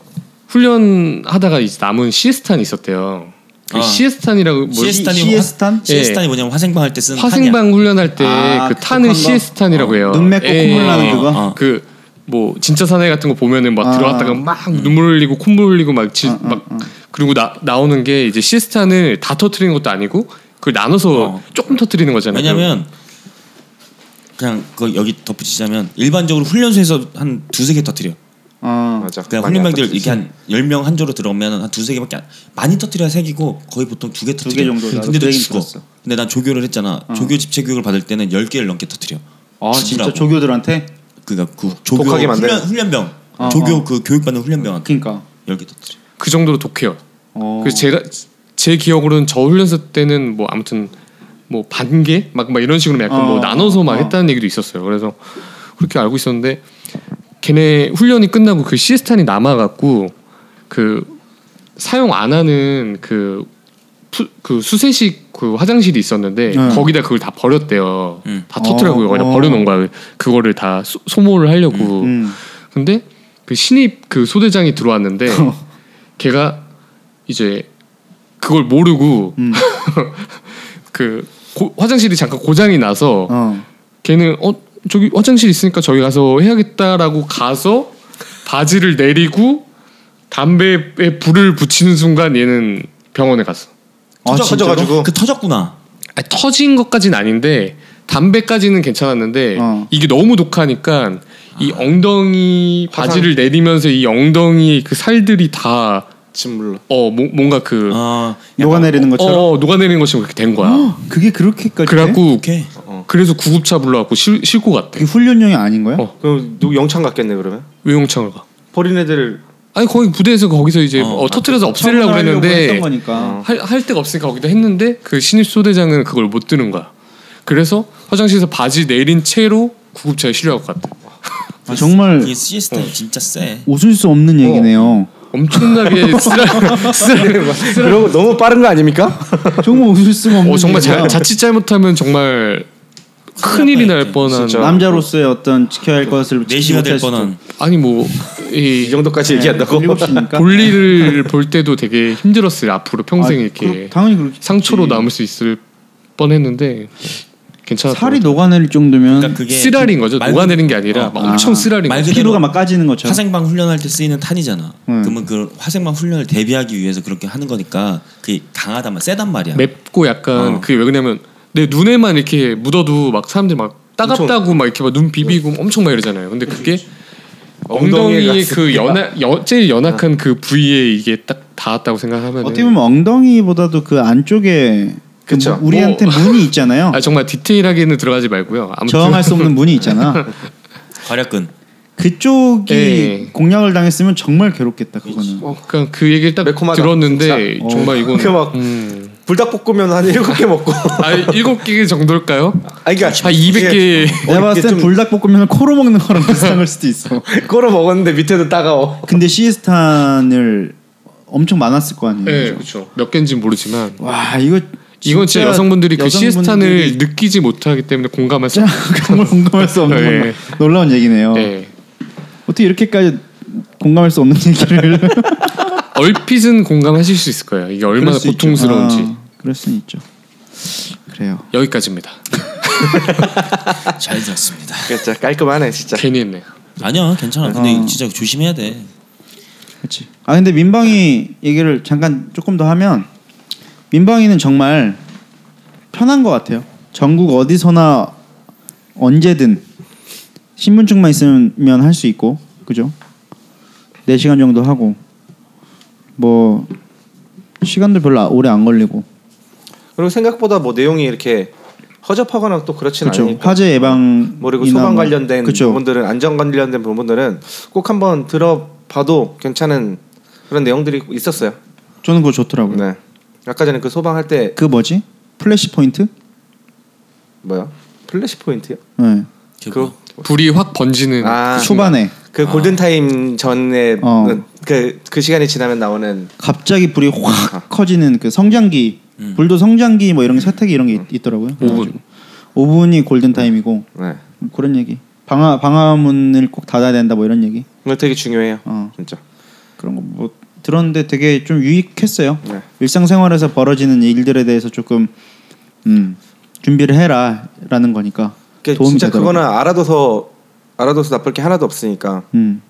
C: 훈련하다가 이제 남은 시에스탄이 있었어요. 그
D: 아.
C: 시에스탄이라고 뭐
D: 시에스탄이
A: 시에스탄?
D: 화- 예. 시에스탄이 뭐냐면 화생방 할 때 쓰는 탄이야.
C: 화생방 훈련할 때 그
A: 아, 그
C: 탄을
A: 거?
C: 시에스탄이라고 해요.
A: 눈 맺고
C: 예,
A: 콧물
C: 예,
A: 나는
C: 예.
A: 그거?
D: 어.
C: 그 뭐 진짜 사나이 같은 거 보면은 막
A: 아.
C: 들어갔다가 막 눈물 흘리고 콧물 흘리고 막, 지,
A: 아, 아,
C: 막
A: 아.
C: 그리고 나 나오는 게 이제 시스탄을 다 터트리는 것도 아니고 그걸 나눠서
D: 어.
C: 조금 터트리는 거잖아요.
D: 왜냐면 그냥 그 여기 덧붙이자면 일반적으로 훈련소에서 한 두세 개 터뜨려.
A: 어.
B: 맞아.
D: 그냥
B: 많이
D: 훈련병들
B: 아팠지.
D: 이렇게 한 열 명 한 조로 들어오면 한 두세 개밖에 안, 많이 터뜨려야 색이고 거의 보통 두 개
A: 개
D: 터뜨려.
A: 정도. 나도 그
D: 근데도
A: 얘기는
D: 죽어.
A: 들었어.
D: 근데 난 조교를 했잖아. 조교 집체 교육을 받을 때는 열 개를 넘게 터뜨려.
A: 아 진짜
D: 죽으라고.
A: 조교들한테.
D: 그러니까 그 조교
B: 독하게 만드는
D: 훈련, 훈련병
A: 어,
D: 조교
A: 어.
D: 그 교육받는 훈련병한테
A: 그러니까.
D: 열 개 터뜨려.
C: 그 정도로 독해요.
A: 어.
C: 그래서 제가 제 기억으로는 저 훈련소 때는 뭐 아무튼 뭐 반개 막 막 이런 식으로 약간
A: 어,
C: 뭐 나눠서 막
A: 어.
C: 했다는 얘기도 있었어요. 그래서 그렇게 알고 있었는데 걔네 훈련이 끝나고 그 시스탄이 남아갖고 그 사용 안 하는 그, 푸, 그 수세식 그 화장실이 있었는데
A: 네.
C: 거기다 그걸 다 버렸대요.
D: 음.
C: 다 터트려고요.
A: 어,
C: 그냥
A: 어.
C: 버려놓은 거야. 그거를 다 소, 모를 하려고.
A: 음.
C: 근데 그 신입 그 소대장이 들어왔는데 걔가 이제 그걸 모르고
A: 음.
C: 그 고- 화장실이 잠깐 고장이 나서
A: 어.
C: 걔는 어 저기 화장실 있으니까 저기 가서 해야겠다라고 가서 바지를 내리고 담배에 불을 붙이는 순간 얘는 병원에 갔어.
A: 아,
D: 터져-
A: 진짜로?
B: 터져가지고?
D: 그 터졌구나.
C: 아니, 터진 것까지는 아닌데 담배까지는 괜찮았는데
A: 어. 아.
C: 이게 너무 독하니까 이 엉덩이
B: 화상.
C: 바지를 내리면서 이 엉덩이 그 살들이 다 어
B: 침물로.
C: 뭔가 그
D: 아
A: 녹아내리는 것처럼.
C: 어, 녹아내리는 것처럼 그렇게 된 거야.
A: 그게 그렇게까지. 돼?
C: 그래갖고
D: 오케이.
C: 그래서 구급차 불러갖고 실, 싣고 갔대.
A: 그게 훈련용이 아닌 거야?
C: 어.
B: 그럼 누구 영창 갔겠네 그러면.
C: 외용창을 가.
B: 버린 애들
C: 아니 거기 부대에서 거기서 이제
D: 어,
C: 어, 터트려서 없애려고
A: 처음으로 하려고
C: 그랬는데
A: 아, 그
C: 어.
A: 했던 거니까.
C: 할, 할 데가 없으니까 거기다 했는데 그 신입 소대장은 그걸 못 드는 거야. 그래서 화장실에서 바지 내린 채로 구급차에 실려갖고 갔대.
A: 아, 정말
D: 이게 시에스타 진짜 세.
A: 웃을 수 없는
C: 어.
A: 얘기네요.
C: 엄청나게 쓰라 쓰라.
B: 그러고 너무 빠른 거 아닙니까?
A: 정말 웃을 수가 없는.
C: 어 정말 자,
A: 얘기야.
C: 자칫 잘못하면 정말 큰 일이 날 뻔한.
B: 진짜.
A: 남자로서의 어떤 지켜야 할 것을 지키지
D: 네 내시가 될
A: 못할 수도.
D: 뻔한.
C: 아니 뭐,
B: 이
C: 뭐이
B: 정도까지 얘기한다고?
A: 일곱 시니까.
C: 볼일을 볼 때도 되게 힘들었어요. 앞으로 평생
A: 아,
C: 이렇게
A: 그렇- 당연히 그렇지.
C: 상처로 남을 수 있을 뻔했는데 괜찮았던
A: 살이 녹아내릴 정도면
D: 그러니까 그게
C: 쓰라린 거죠.
D: 말
C: 녹아내린 게 아니라 막 엄청 쓰라린
D: 말
C: 거죠.
D: 그대로
A: 피부가 막 까지는 것처럼
D: 화생방 훈련할 때 쓰이는 탄이잖아.
A: 음.
D: 그러면 그 화생방 훈련을 대비하기 위해서 그렇게 하는 거니까 그게 강하단 말, 세단 말이야.
C: 맵고 약간 그게 왜 그러냐면 내 눈에만 이렇게 묻어도 막 사람들이 막 따갑다고 막 이렇게 막 눈 비비고 엄청 막 이러잖아요. 근데 그게
B: 엉덩이에
C: 엉덩이의 그
B: 갔을
C: 연하, 여, 제일 연약한 그 부위에 이게 딱 닿았다고 생각하면
A: 어떻게 보면 엉덩이보다도 그 안쪽에 그
B: 그쵸.
A: 문- 우리한테 문이 있잖아요.
C: 아, 정말 디테일하게는 들어가지 말고요. 아무튼
A: 저항할 수 없는 문이 있잖아.
D: 과략근.
A: 그쪽이
C: 예.
A: 공략을 당했으면 정말 괴롭겠다 그거는.
C: 어, 그러니까 그 얘기를 딱
B: 매콤하다,
C: 들었는데
A: 진짜.
C: 정말 이건
B: 그 막-
C: 음.
B: 불닭볶음면 한 일곱 개 먹고.
C: 아 일곱 개 정도일까요?
B: 아 그러니까
C: 한 200개
A: 내가 봤을 땐 불닭볶음면을 코로 먹는 거랑 비슷한 걸 수도 있어.
B: 꼴어 먹었는데 밑에도 따가워.
A: 근데 시스탄을 엄청 많았을 거 아니에요.
C: 네, 그렇죠. 몇 개인지는 모르지만
A: 와 이거
C: 이건 진짜 여성분들이 그
A: 여성분들이
C: 시스탄을 느끼지 못하기 때문에 공감할 수
A: 진짜 정말 공감할 수 없는
C: 예.
A: 정말 놀라운 얘기네요.
C: 예.
A: 어떻게 이렇게까지 공감할 수 없는 얘기를
C: 얼핏은 공감하실 수 있을 거예요. 이게
A: 그럴
C: 얼마나
A: 수 있죠.
C: 고통스러운지
A: 아, 그럴 수는 있죠. 그래요.
C: 여기까지입니다.
D: 잘 들었습니다.
B: 진짜 깔끔하네 진짜.
C: 괜히 했네요.
D: 아니야, 괜찮아. 근데
A: 어.
D: 진짜 조심해야 돼.
A: 그렇지. 아 근데 민방위 얘기를 잠깐 조금 더 하면 민방위는 정말 편한 것 같아요. 전국 어디서나 언제든 신분증만 있으면 할 수 있고 그죠? 4 시간 정도 하고 뭐 시간도 별로 오래 안 걸리고
B: 그리고 생각보다 뭐 내용이 이렇게 허접하거나 또 그렇진
A: 그렇죠.
B: 않으니까.
A: 화재 예방
B: 뭐 그리고 소방 관련된 뭐
A: 그렇죠.
B: 부분들은 안전 관련된 부분들은 꼭 한번 들어봐도 괜찮은 그런 내용들이 있었어요.
A: 저는 그거 좋더라고요.
B: 네. 아까 전에 그 소방할 때
A: 그 뭐지? 플래시 포인트?
B: 뭐야? 플래시 포인트요?
A: 네.
B: 그,
D: 그거
C: 불이 확 번지는
B: 아,
A: 초반에
B: 그 골든 타임 전에
A: 아. 어.
B: 그그 시간이 지나면 나오는
A: 갑자기 불이
B: 아.
A: 확 커지는 그 성장기
C: 음.
A: 불도 성장기 뭐 이런 게 세탁기 이런 게
B: 음.
A: 있, 더라고요 5분 5분이 골든 타임이고
B: 네.
A: 그런 얘기 방화 방화문을 꼭 닫아야 된다 뭐 이런 얘기
B: 그거 되게 중요해요.
A: 어.
B: 진짜.
A: 그런 거 뭐 들었는데 되게 좀 유익했어요
B: 네.
A: 일상생활에서 벌어지는 일들에 대해서 조금 음, 준비를 해라라는 거니까
B: 그
A: 도움이
B: 진짜
A: 되더라고요.
B: 그거는 알아둬서 알아둬서 나쁠 게 하나도 없으니까.
A: 음.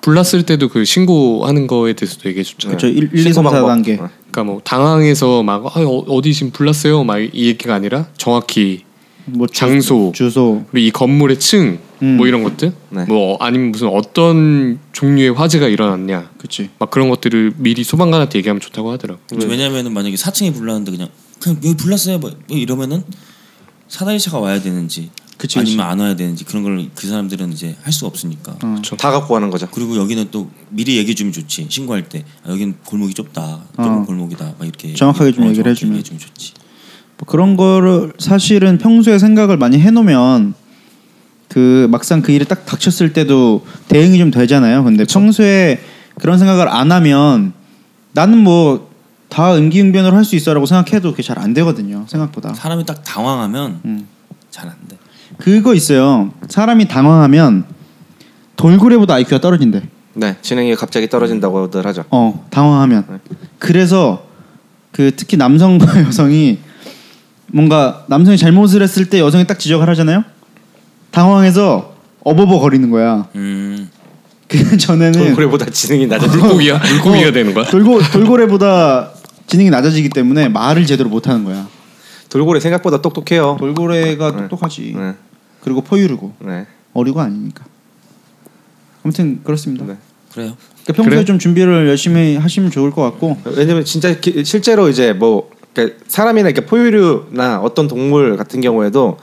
C: 불났을 때도 그 신고하는 거에 대해서도 얘기해 줬잖아요.
A: 그렇죠 1, 2, 3,
B: 네. 신고
A: 4
B: 방법.
A: 단계
B: 어.
C: 그러니까 뭐 당황해서 막 아, 어, 어디 지금 불났어요 막 이 얘기가 아니라 정확히
A: 뭐 주-
C: 장소
A: 주소
C: 그리고 이 건물의 층 뭐
A: 음.
C: 이런 것들
B: 네.
C: 뭐 어, 아니면 무슨 어떤 종류의 화재가 일어났냐
A: 그치
C: 막 그런 것들을 미리 소방관한테 얘기하면 좋다고 하더라고.
D: 왜냐면은 만약에 4층에 불났는데 그냥 그냥 여기 불났어요 뭐, 뭐 이러면은 사다리차가 와야 되는지
A: 그치,
D: 아니면 안 와야 되는지 그런 걸 그 사람들은 이제 할 수 없으니까.
A: 음.
B: 다 갖고 가는 거죠.
D: 그리고 여기는 또 미리 얘기해 주면 좋지. 신고할 때 아, 여기는 골목이 좁다. 좁은 골목이다. 막 이렇게
A: 어. 정확하게 좀
D: 어,
A: 얘기를
D: 정확히
A: 해주면.
D: 얘기해 주면 좋지.
A: 뭐 그런 거를 사실은 평소에 생각을 많이 해놓으면 그 막상 그 일에 딱 닥쳤을 때도 대응이 좀 되잖아요. 근데 평소에 그런 생각을 안 하면 나는 뭐 다 은기응변으로 할 수 있어라고 생각해도 그게 잘 안 되거든요. 생각보다 음.
D: 사람이 딱 당황하면 잘 안 돼.
A: 그거 있어요. 사람이 당황하면 돌고래보다 IQ가 떨어진대.
B: 네. 진행이 갑자기 떨어진다고들 하죠.
A: 어 당황하면 그래서 그 특히 남성과 여성이 뭔가 남성이 잘못을 했을 때 여성이 딱 지적을 하잖아요 당황해서 어버버 거리는 거야
D: 음.
A: 그 전에는
B: 돌고래보다 지능이 낮은
C: 물고기야?
A: 어.
C: 물고기가 되는 거야?
A: 돌고 돌고래보다 지능이 낮아지기 때문에 말을 제대로 못하는 거야
B: 돌고래 생각보다 똑똑해요.
A: 돌고래가 똑똑하지
B: 어. 네.
A: 그리고 포유류고
B: 네.
A: 어류가 아니니까 아무튼 그렇습니다
B: 네.
D: 그래요.
A: 그러니까 평소에 좀 준비를 열심히 하시면 좋을 것 같고
B: 왜냐면 진짜 기- 실제로 이제 뭐 그러니까 사람이나 이렇게 포유류나 어떤 동물 같은 경우에도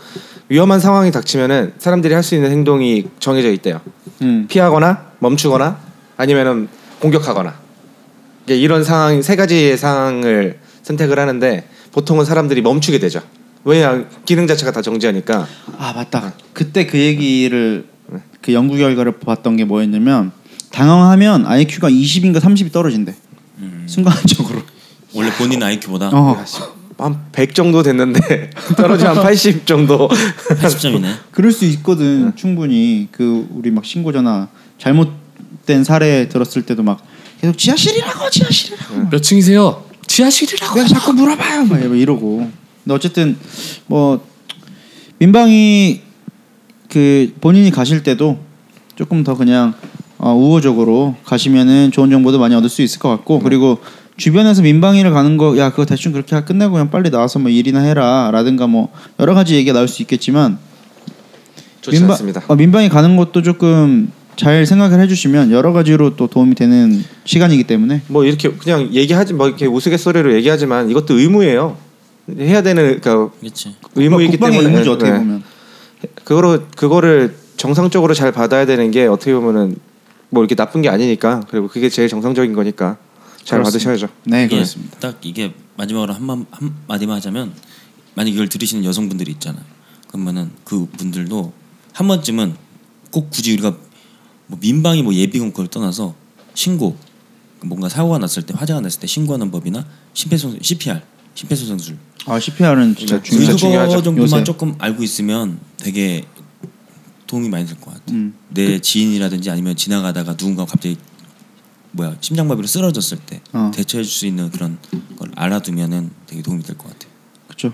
B: 위험한 상황이 닥치면은 사람들이 할 수 있는 행동이 정해져 있대요.
A: 음.
B: 피하거나 멈추거나 아니면은 공격하거나 이게 이런 상황 세 가지의 상황을 선택을 하는데 보통은 사람들이 멈추게 되죠. 왜냐 기능 자체가 다 정지하니까
A: 아 맞다. 그때 그 얘기를 그 연구 결과를 봤던 게 뭐였냐면 당황하면 IQ가 20인가 30이 떨어진대. 순간적으로.
D: 원래 본인 IQ보다
A: 어.
B: 한 100 정도 됐는데 떨어지면 한 80 정도
D: 80점이네.
A: 그럴 수 있거든. 충분히 그 우리 막 신고 전화 잘못된 사례 들었을 때도 막 계속 지하실이라고 지하실이라고
C: 몇 층이세요? 지하실이라고.
A: 내가 자꾸 물어봐요 막 이러고 근데 어쨌든 뭐 민방위 그 본인이 가실 때도 조금 더 그냥 어, 우호적으로 가시면은 좋은 정보도 많이 얻을 수 있을 것 같고
B: 네.
A: 그리고 주변에서 민방위를 가는 거 야 그거 대충 그렇게 끝내고 그냥 빨리 나와서 뭐 일이나 해라 라든가 뭐 여러 가지 얘기가 나올 수 있겠지만
B: 좋지
A: 민방-
B: 않습니다.
A: 어, 민방위 가는 것도 조금 잘 생각을 해주시면 여러 가지로 또 도움이 되는 시간이기 때문에
B: 뭐 이렇게 그냥 얘기하지 뭐 이렇게 우스갯소리로 얘기하지만 이것도 의무예요. 해야 되는 그러니까
D: 그렇지.
B: 의무이기
A: 국방의
B: 때문에
A: 의무죠 어떻게
B: 네.
A: 보면
B: 그거로 그거를 정상적으로 잘 받아야 되는 게 어떻게 보면은 뭐 이렇게 나쁜 게 아니니까 그리고 그게 제일 정상적인 거니까 잘
A: 그렇습니다.
B: 받으셔야죠.
A: 네
D: 이게
A: 그렇습니다.
D: 딱 이게 마지막으로 한마 한 마디만 하자면 만약 이걸 들으시는 여성분들이 있잖아요. 그러면은 그 분들도 한 번쯤은 꼭 굳이 우리가 뭐 민방위 뭐 예비군 걸 떠나서 신고 뭔가 사고가 났을 때 화재가 났을 때 신고하는 법이나 심폐소생 CPR 심폐소생술
A: 아 CPR은
D: 네.
A: 진짜 중요하죠.
B: 진짜 중요하죠.
D: 그거 정도만
A: 요새.
D: 조금 알고 있으면 되게 도움이 많이 될 것 같아요.
A: 음.
D: 내 지인이라든지 아니면 지나가다가 누군가 갑자기 뭐야 심장마비로 쓰러졌을 때
A: 어.
D: 대처해 줄 수 있는 그런 걸 알아두면은 되게 도움이 될 것 같아요.
A: 그렇죠.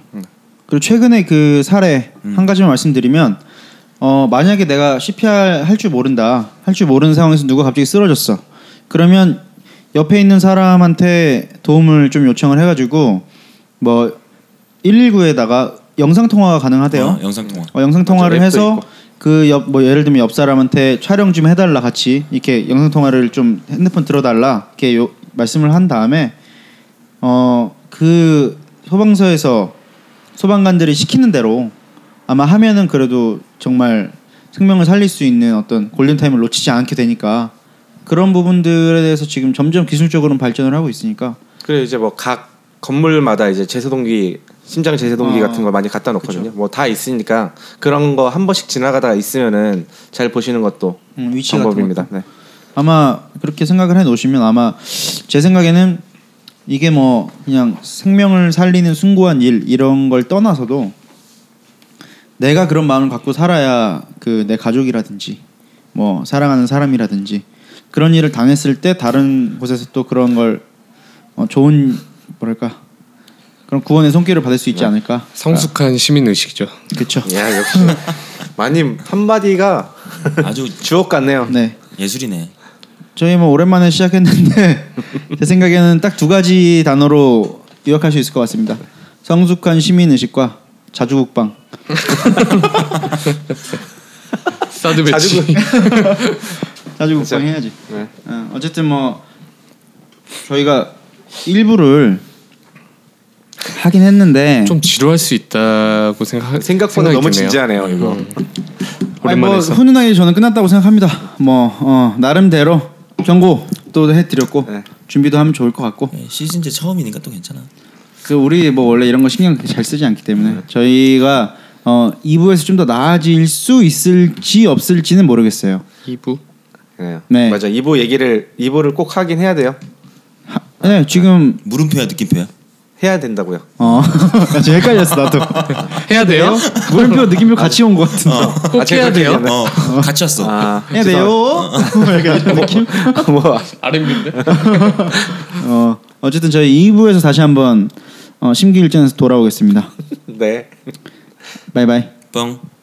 A: 그리고 최근에 그 사례 한 가지만 말씀드리면 어 만약에 내가 CPR 할 줄 모른다 할 줄 모르는 상황에서 누가 갑자기 쓰러졌어 그러면 옆에 있는 사람한테 도움을 좀 요청을 해가지고 뭐 119에다가 영상 통화가 가능하대요.
D: 어, 영상 통화.
A: 어, 영상 통화를
B: 맞아, 앱도
A: 해서
B: 있고.
A: 그 옆 뭐 예를 들면 옆 사람한테 촬영 좀 해달라 같이 이렇게 영상 통화를 좀 핸드폰 들어달라 이렇게 요, 말씀을 한 다음에 어 그 소방서에서 소방관들이 시키는 대로 아마 하면은 그래도 정말 생명을 살릴 수 있는 어떤 골든 타임을 놓치지 않게 되니까 그런 부분들에 대해서 지금 점점 기술적으로는 발전을 하고 있으니까
B: 그래 이제 뭐 각 건물마다 이제 제소동기 심장 제소동기
A: 아,
B: 같은 거 많이 갖다 놓거든요. 뭐 다 있으니까 그런 거 한 번씩 지나가다 있으면은 잘 보시는 것도
A: 음, 위치 같은
B: 방법입니다. 네.
A: 아마 그렇게 생각을 해 놓으시면 아마 제 생각에는 이게 뭐 그냥 생명을 살리는 숭고한 일 이런 걸 떠나서도 내가 그런 마음을 갖고 살아야 그 내 가족이라든지 뭐 사랑하는 사람이라든지 그런 일을 당했을 때 다른 곳에서 또 그런 걸 어, 좋은 뭐랄까 그런 구원의 손길을 받을 수 있지 않을까
C: 성숙한 시민 의식이죠.
A: 그렇죠
B: 야 네. 예, 역시 마님 한마디가
D: 아주
B: 주옥 같네요.
A: 네
D: 예술이네.
A: 저희 뭐 오랜만에 시작했는데 제 생각에는 딱 두 가지 단어로 요약할 수 있을 것 같습니다. 성숙한 시민 의식과 자주국방.
C: 사드 배치.
B: 그-
A: 자주국방 해야지.
B: 네.
A: 어, 어쨌든 뭐 저희가 일부를 하긴 했는데
C: 좀 지루할 수 있다고 생각
B: 생각보다
C: 생각이 드네요.
B: 너무 진지하네요 이거.
A: 아니, 뭐
C: 오랜만에 해서.
A: 훈훈하게 저는 끝났다고 생각합니다. 뭐 어, 나름대로 경고 또 해드렸고
B: 네.
A: 준비도 하면 좋을 것 같고
D: 예, 시즌제 처음이니까 또 괜찮아.
A: 그 우리 뭐 원래 이런 거 신경 그렇게 잘 쓰지 않기 때문에 저희가 어 2부에서 좀 더 나아질 수 있을지 없을지는 모르겠어요.
C: 2부.
B: 네.
A: 네.
B: 맞아 2부 얘기를 2부를 꼭 하긴 해야 돼요.
A: 하, 네 지금
D: 물음표야 느낌표야.
B: 해야 된다고요.
A: 어 지금 헷갈렸어 나도
C: 해야 돼요?
A: 물음표 느낌표 같이 온 것 같은데
C: 꼭
B: 아, 제가
A: 아,
C: 해야
B: 그렇게
A: 네.
C: 돼요?
B: 얘기했나요?
D: 어 같이 왔어.
B: 아,
A: 해야 돼요 약간 어. 이런 느낌
B: 뭐
C: R&B인데?
A: 어 어쨌든 저희 2부에서 다시 한번 어, 심기일전에서 돌아오겠습니다
B: 네.
A: 바이바이
D: 뻥.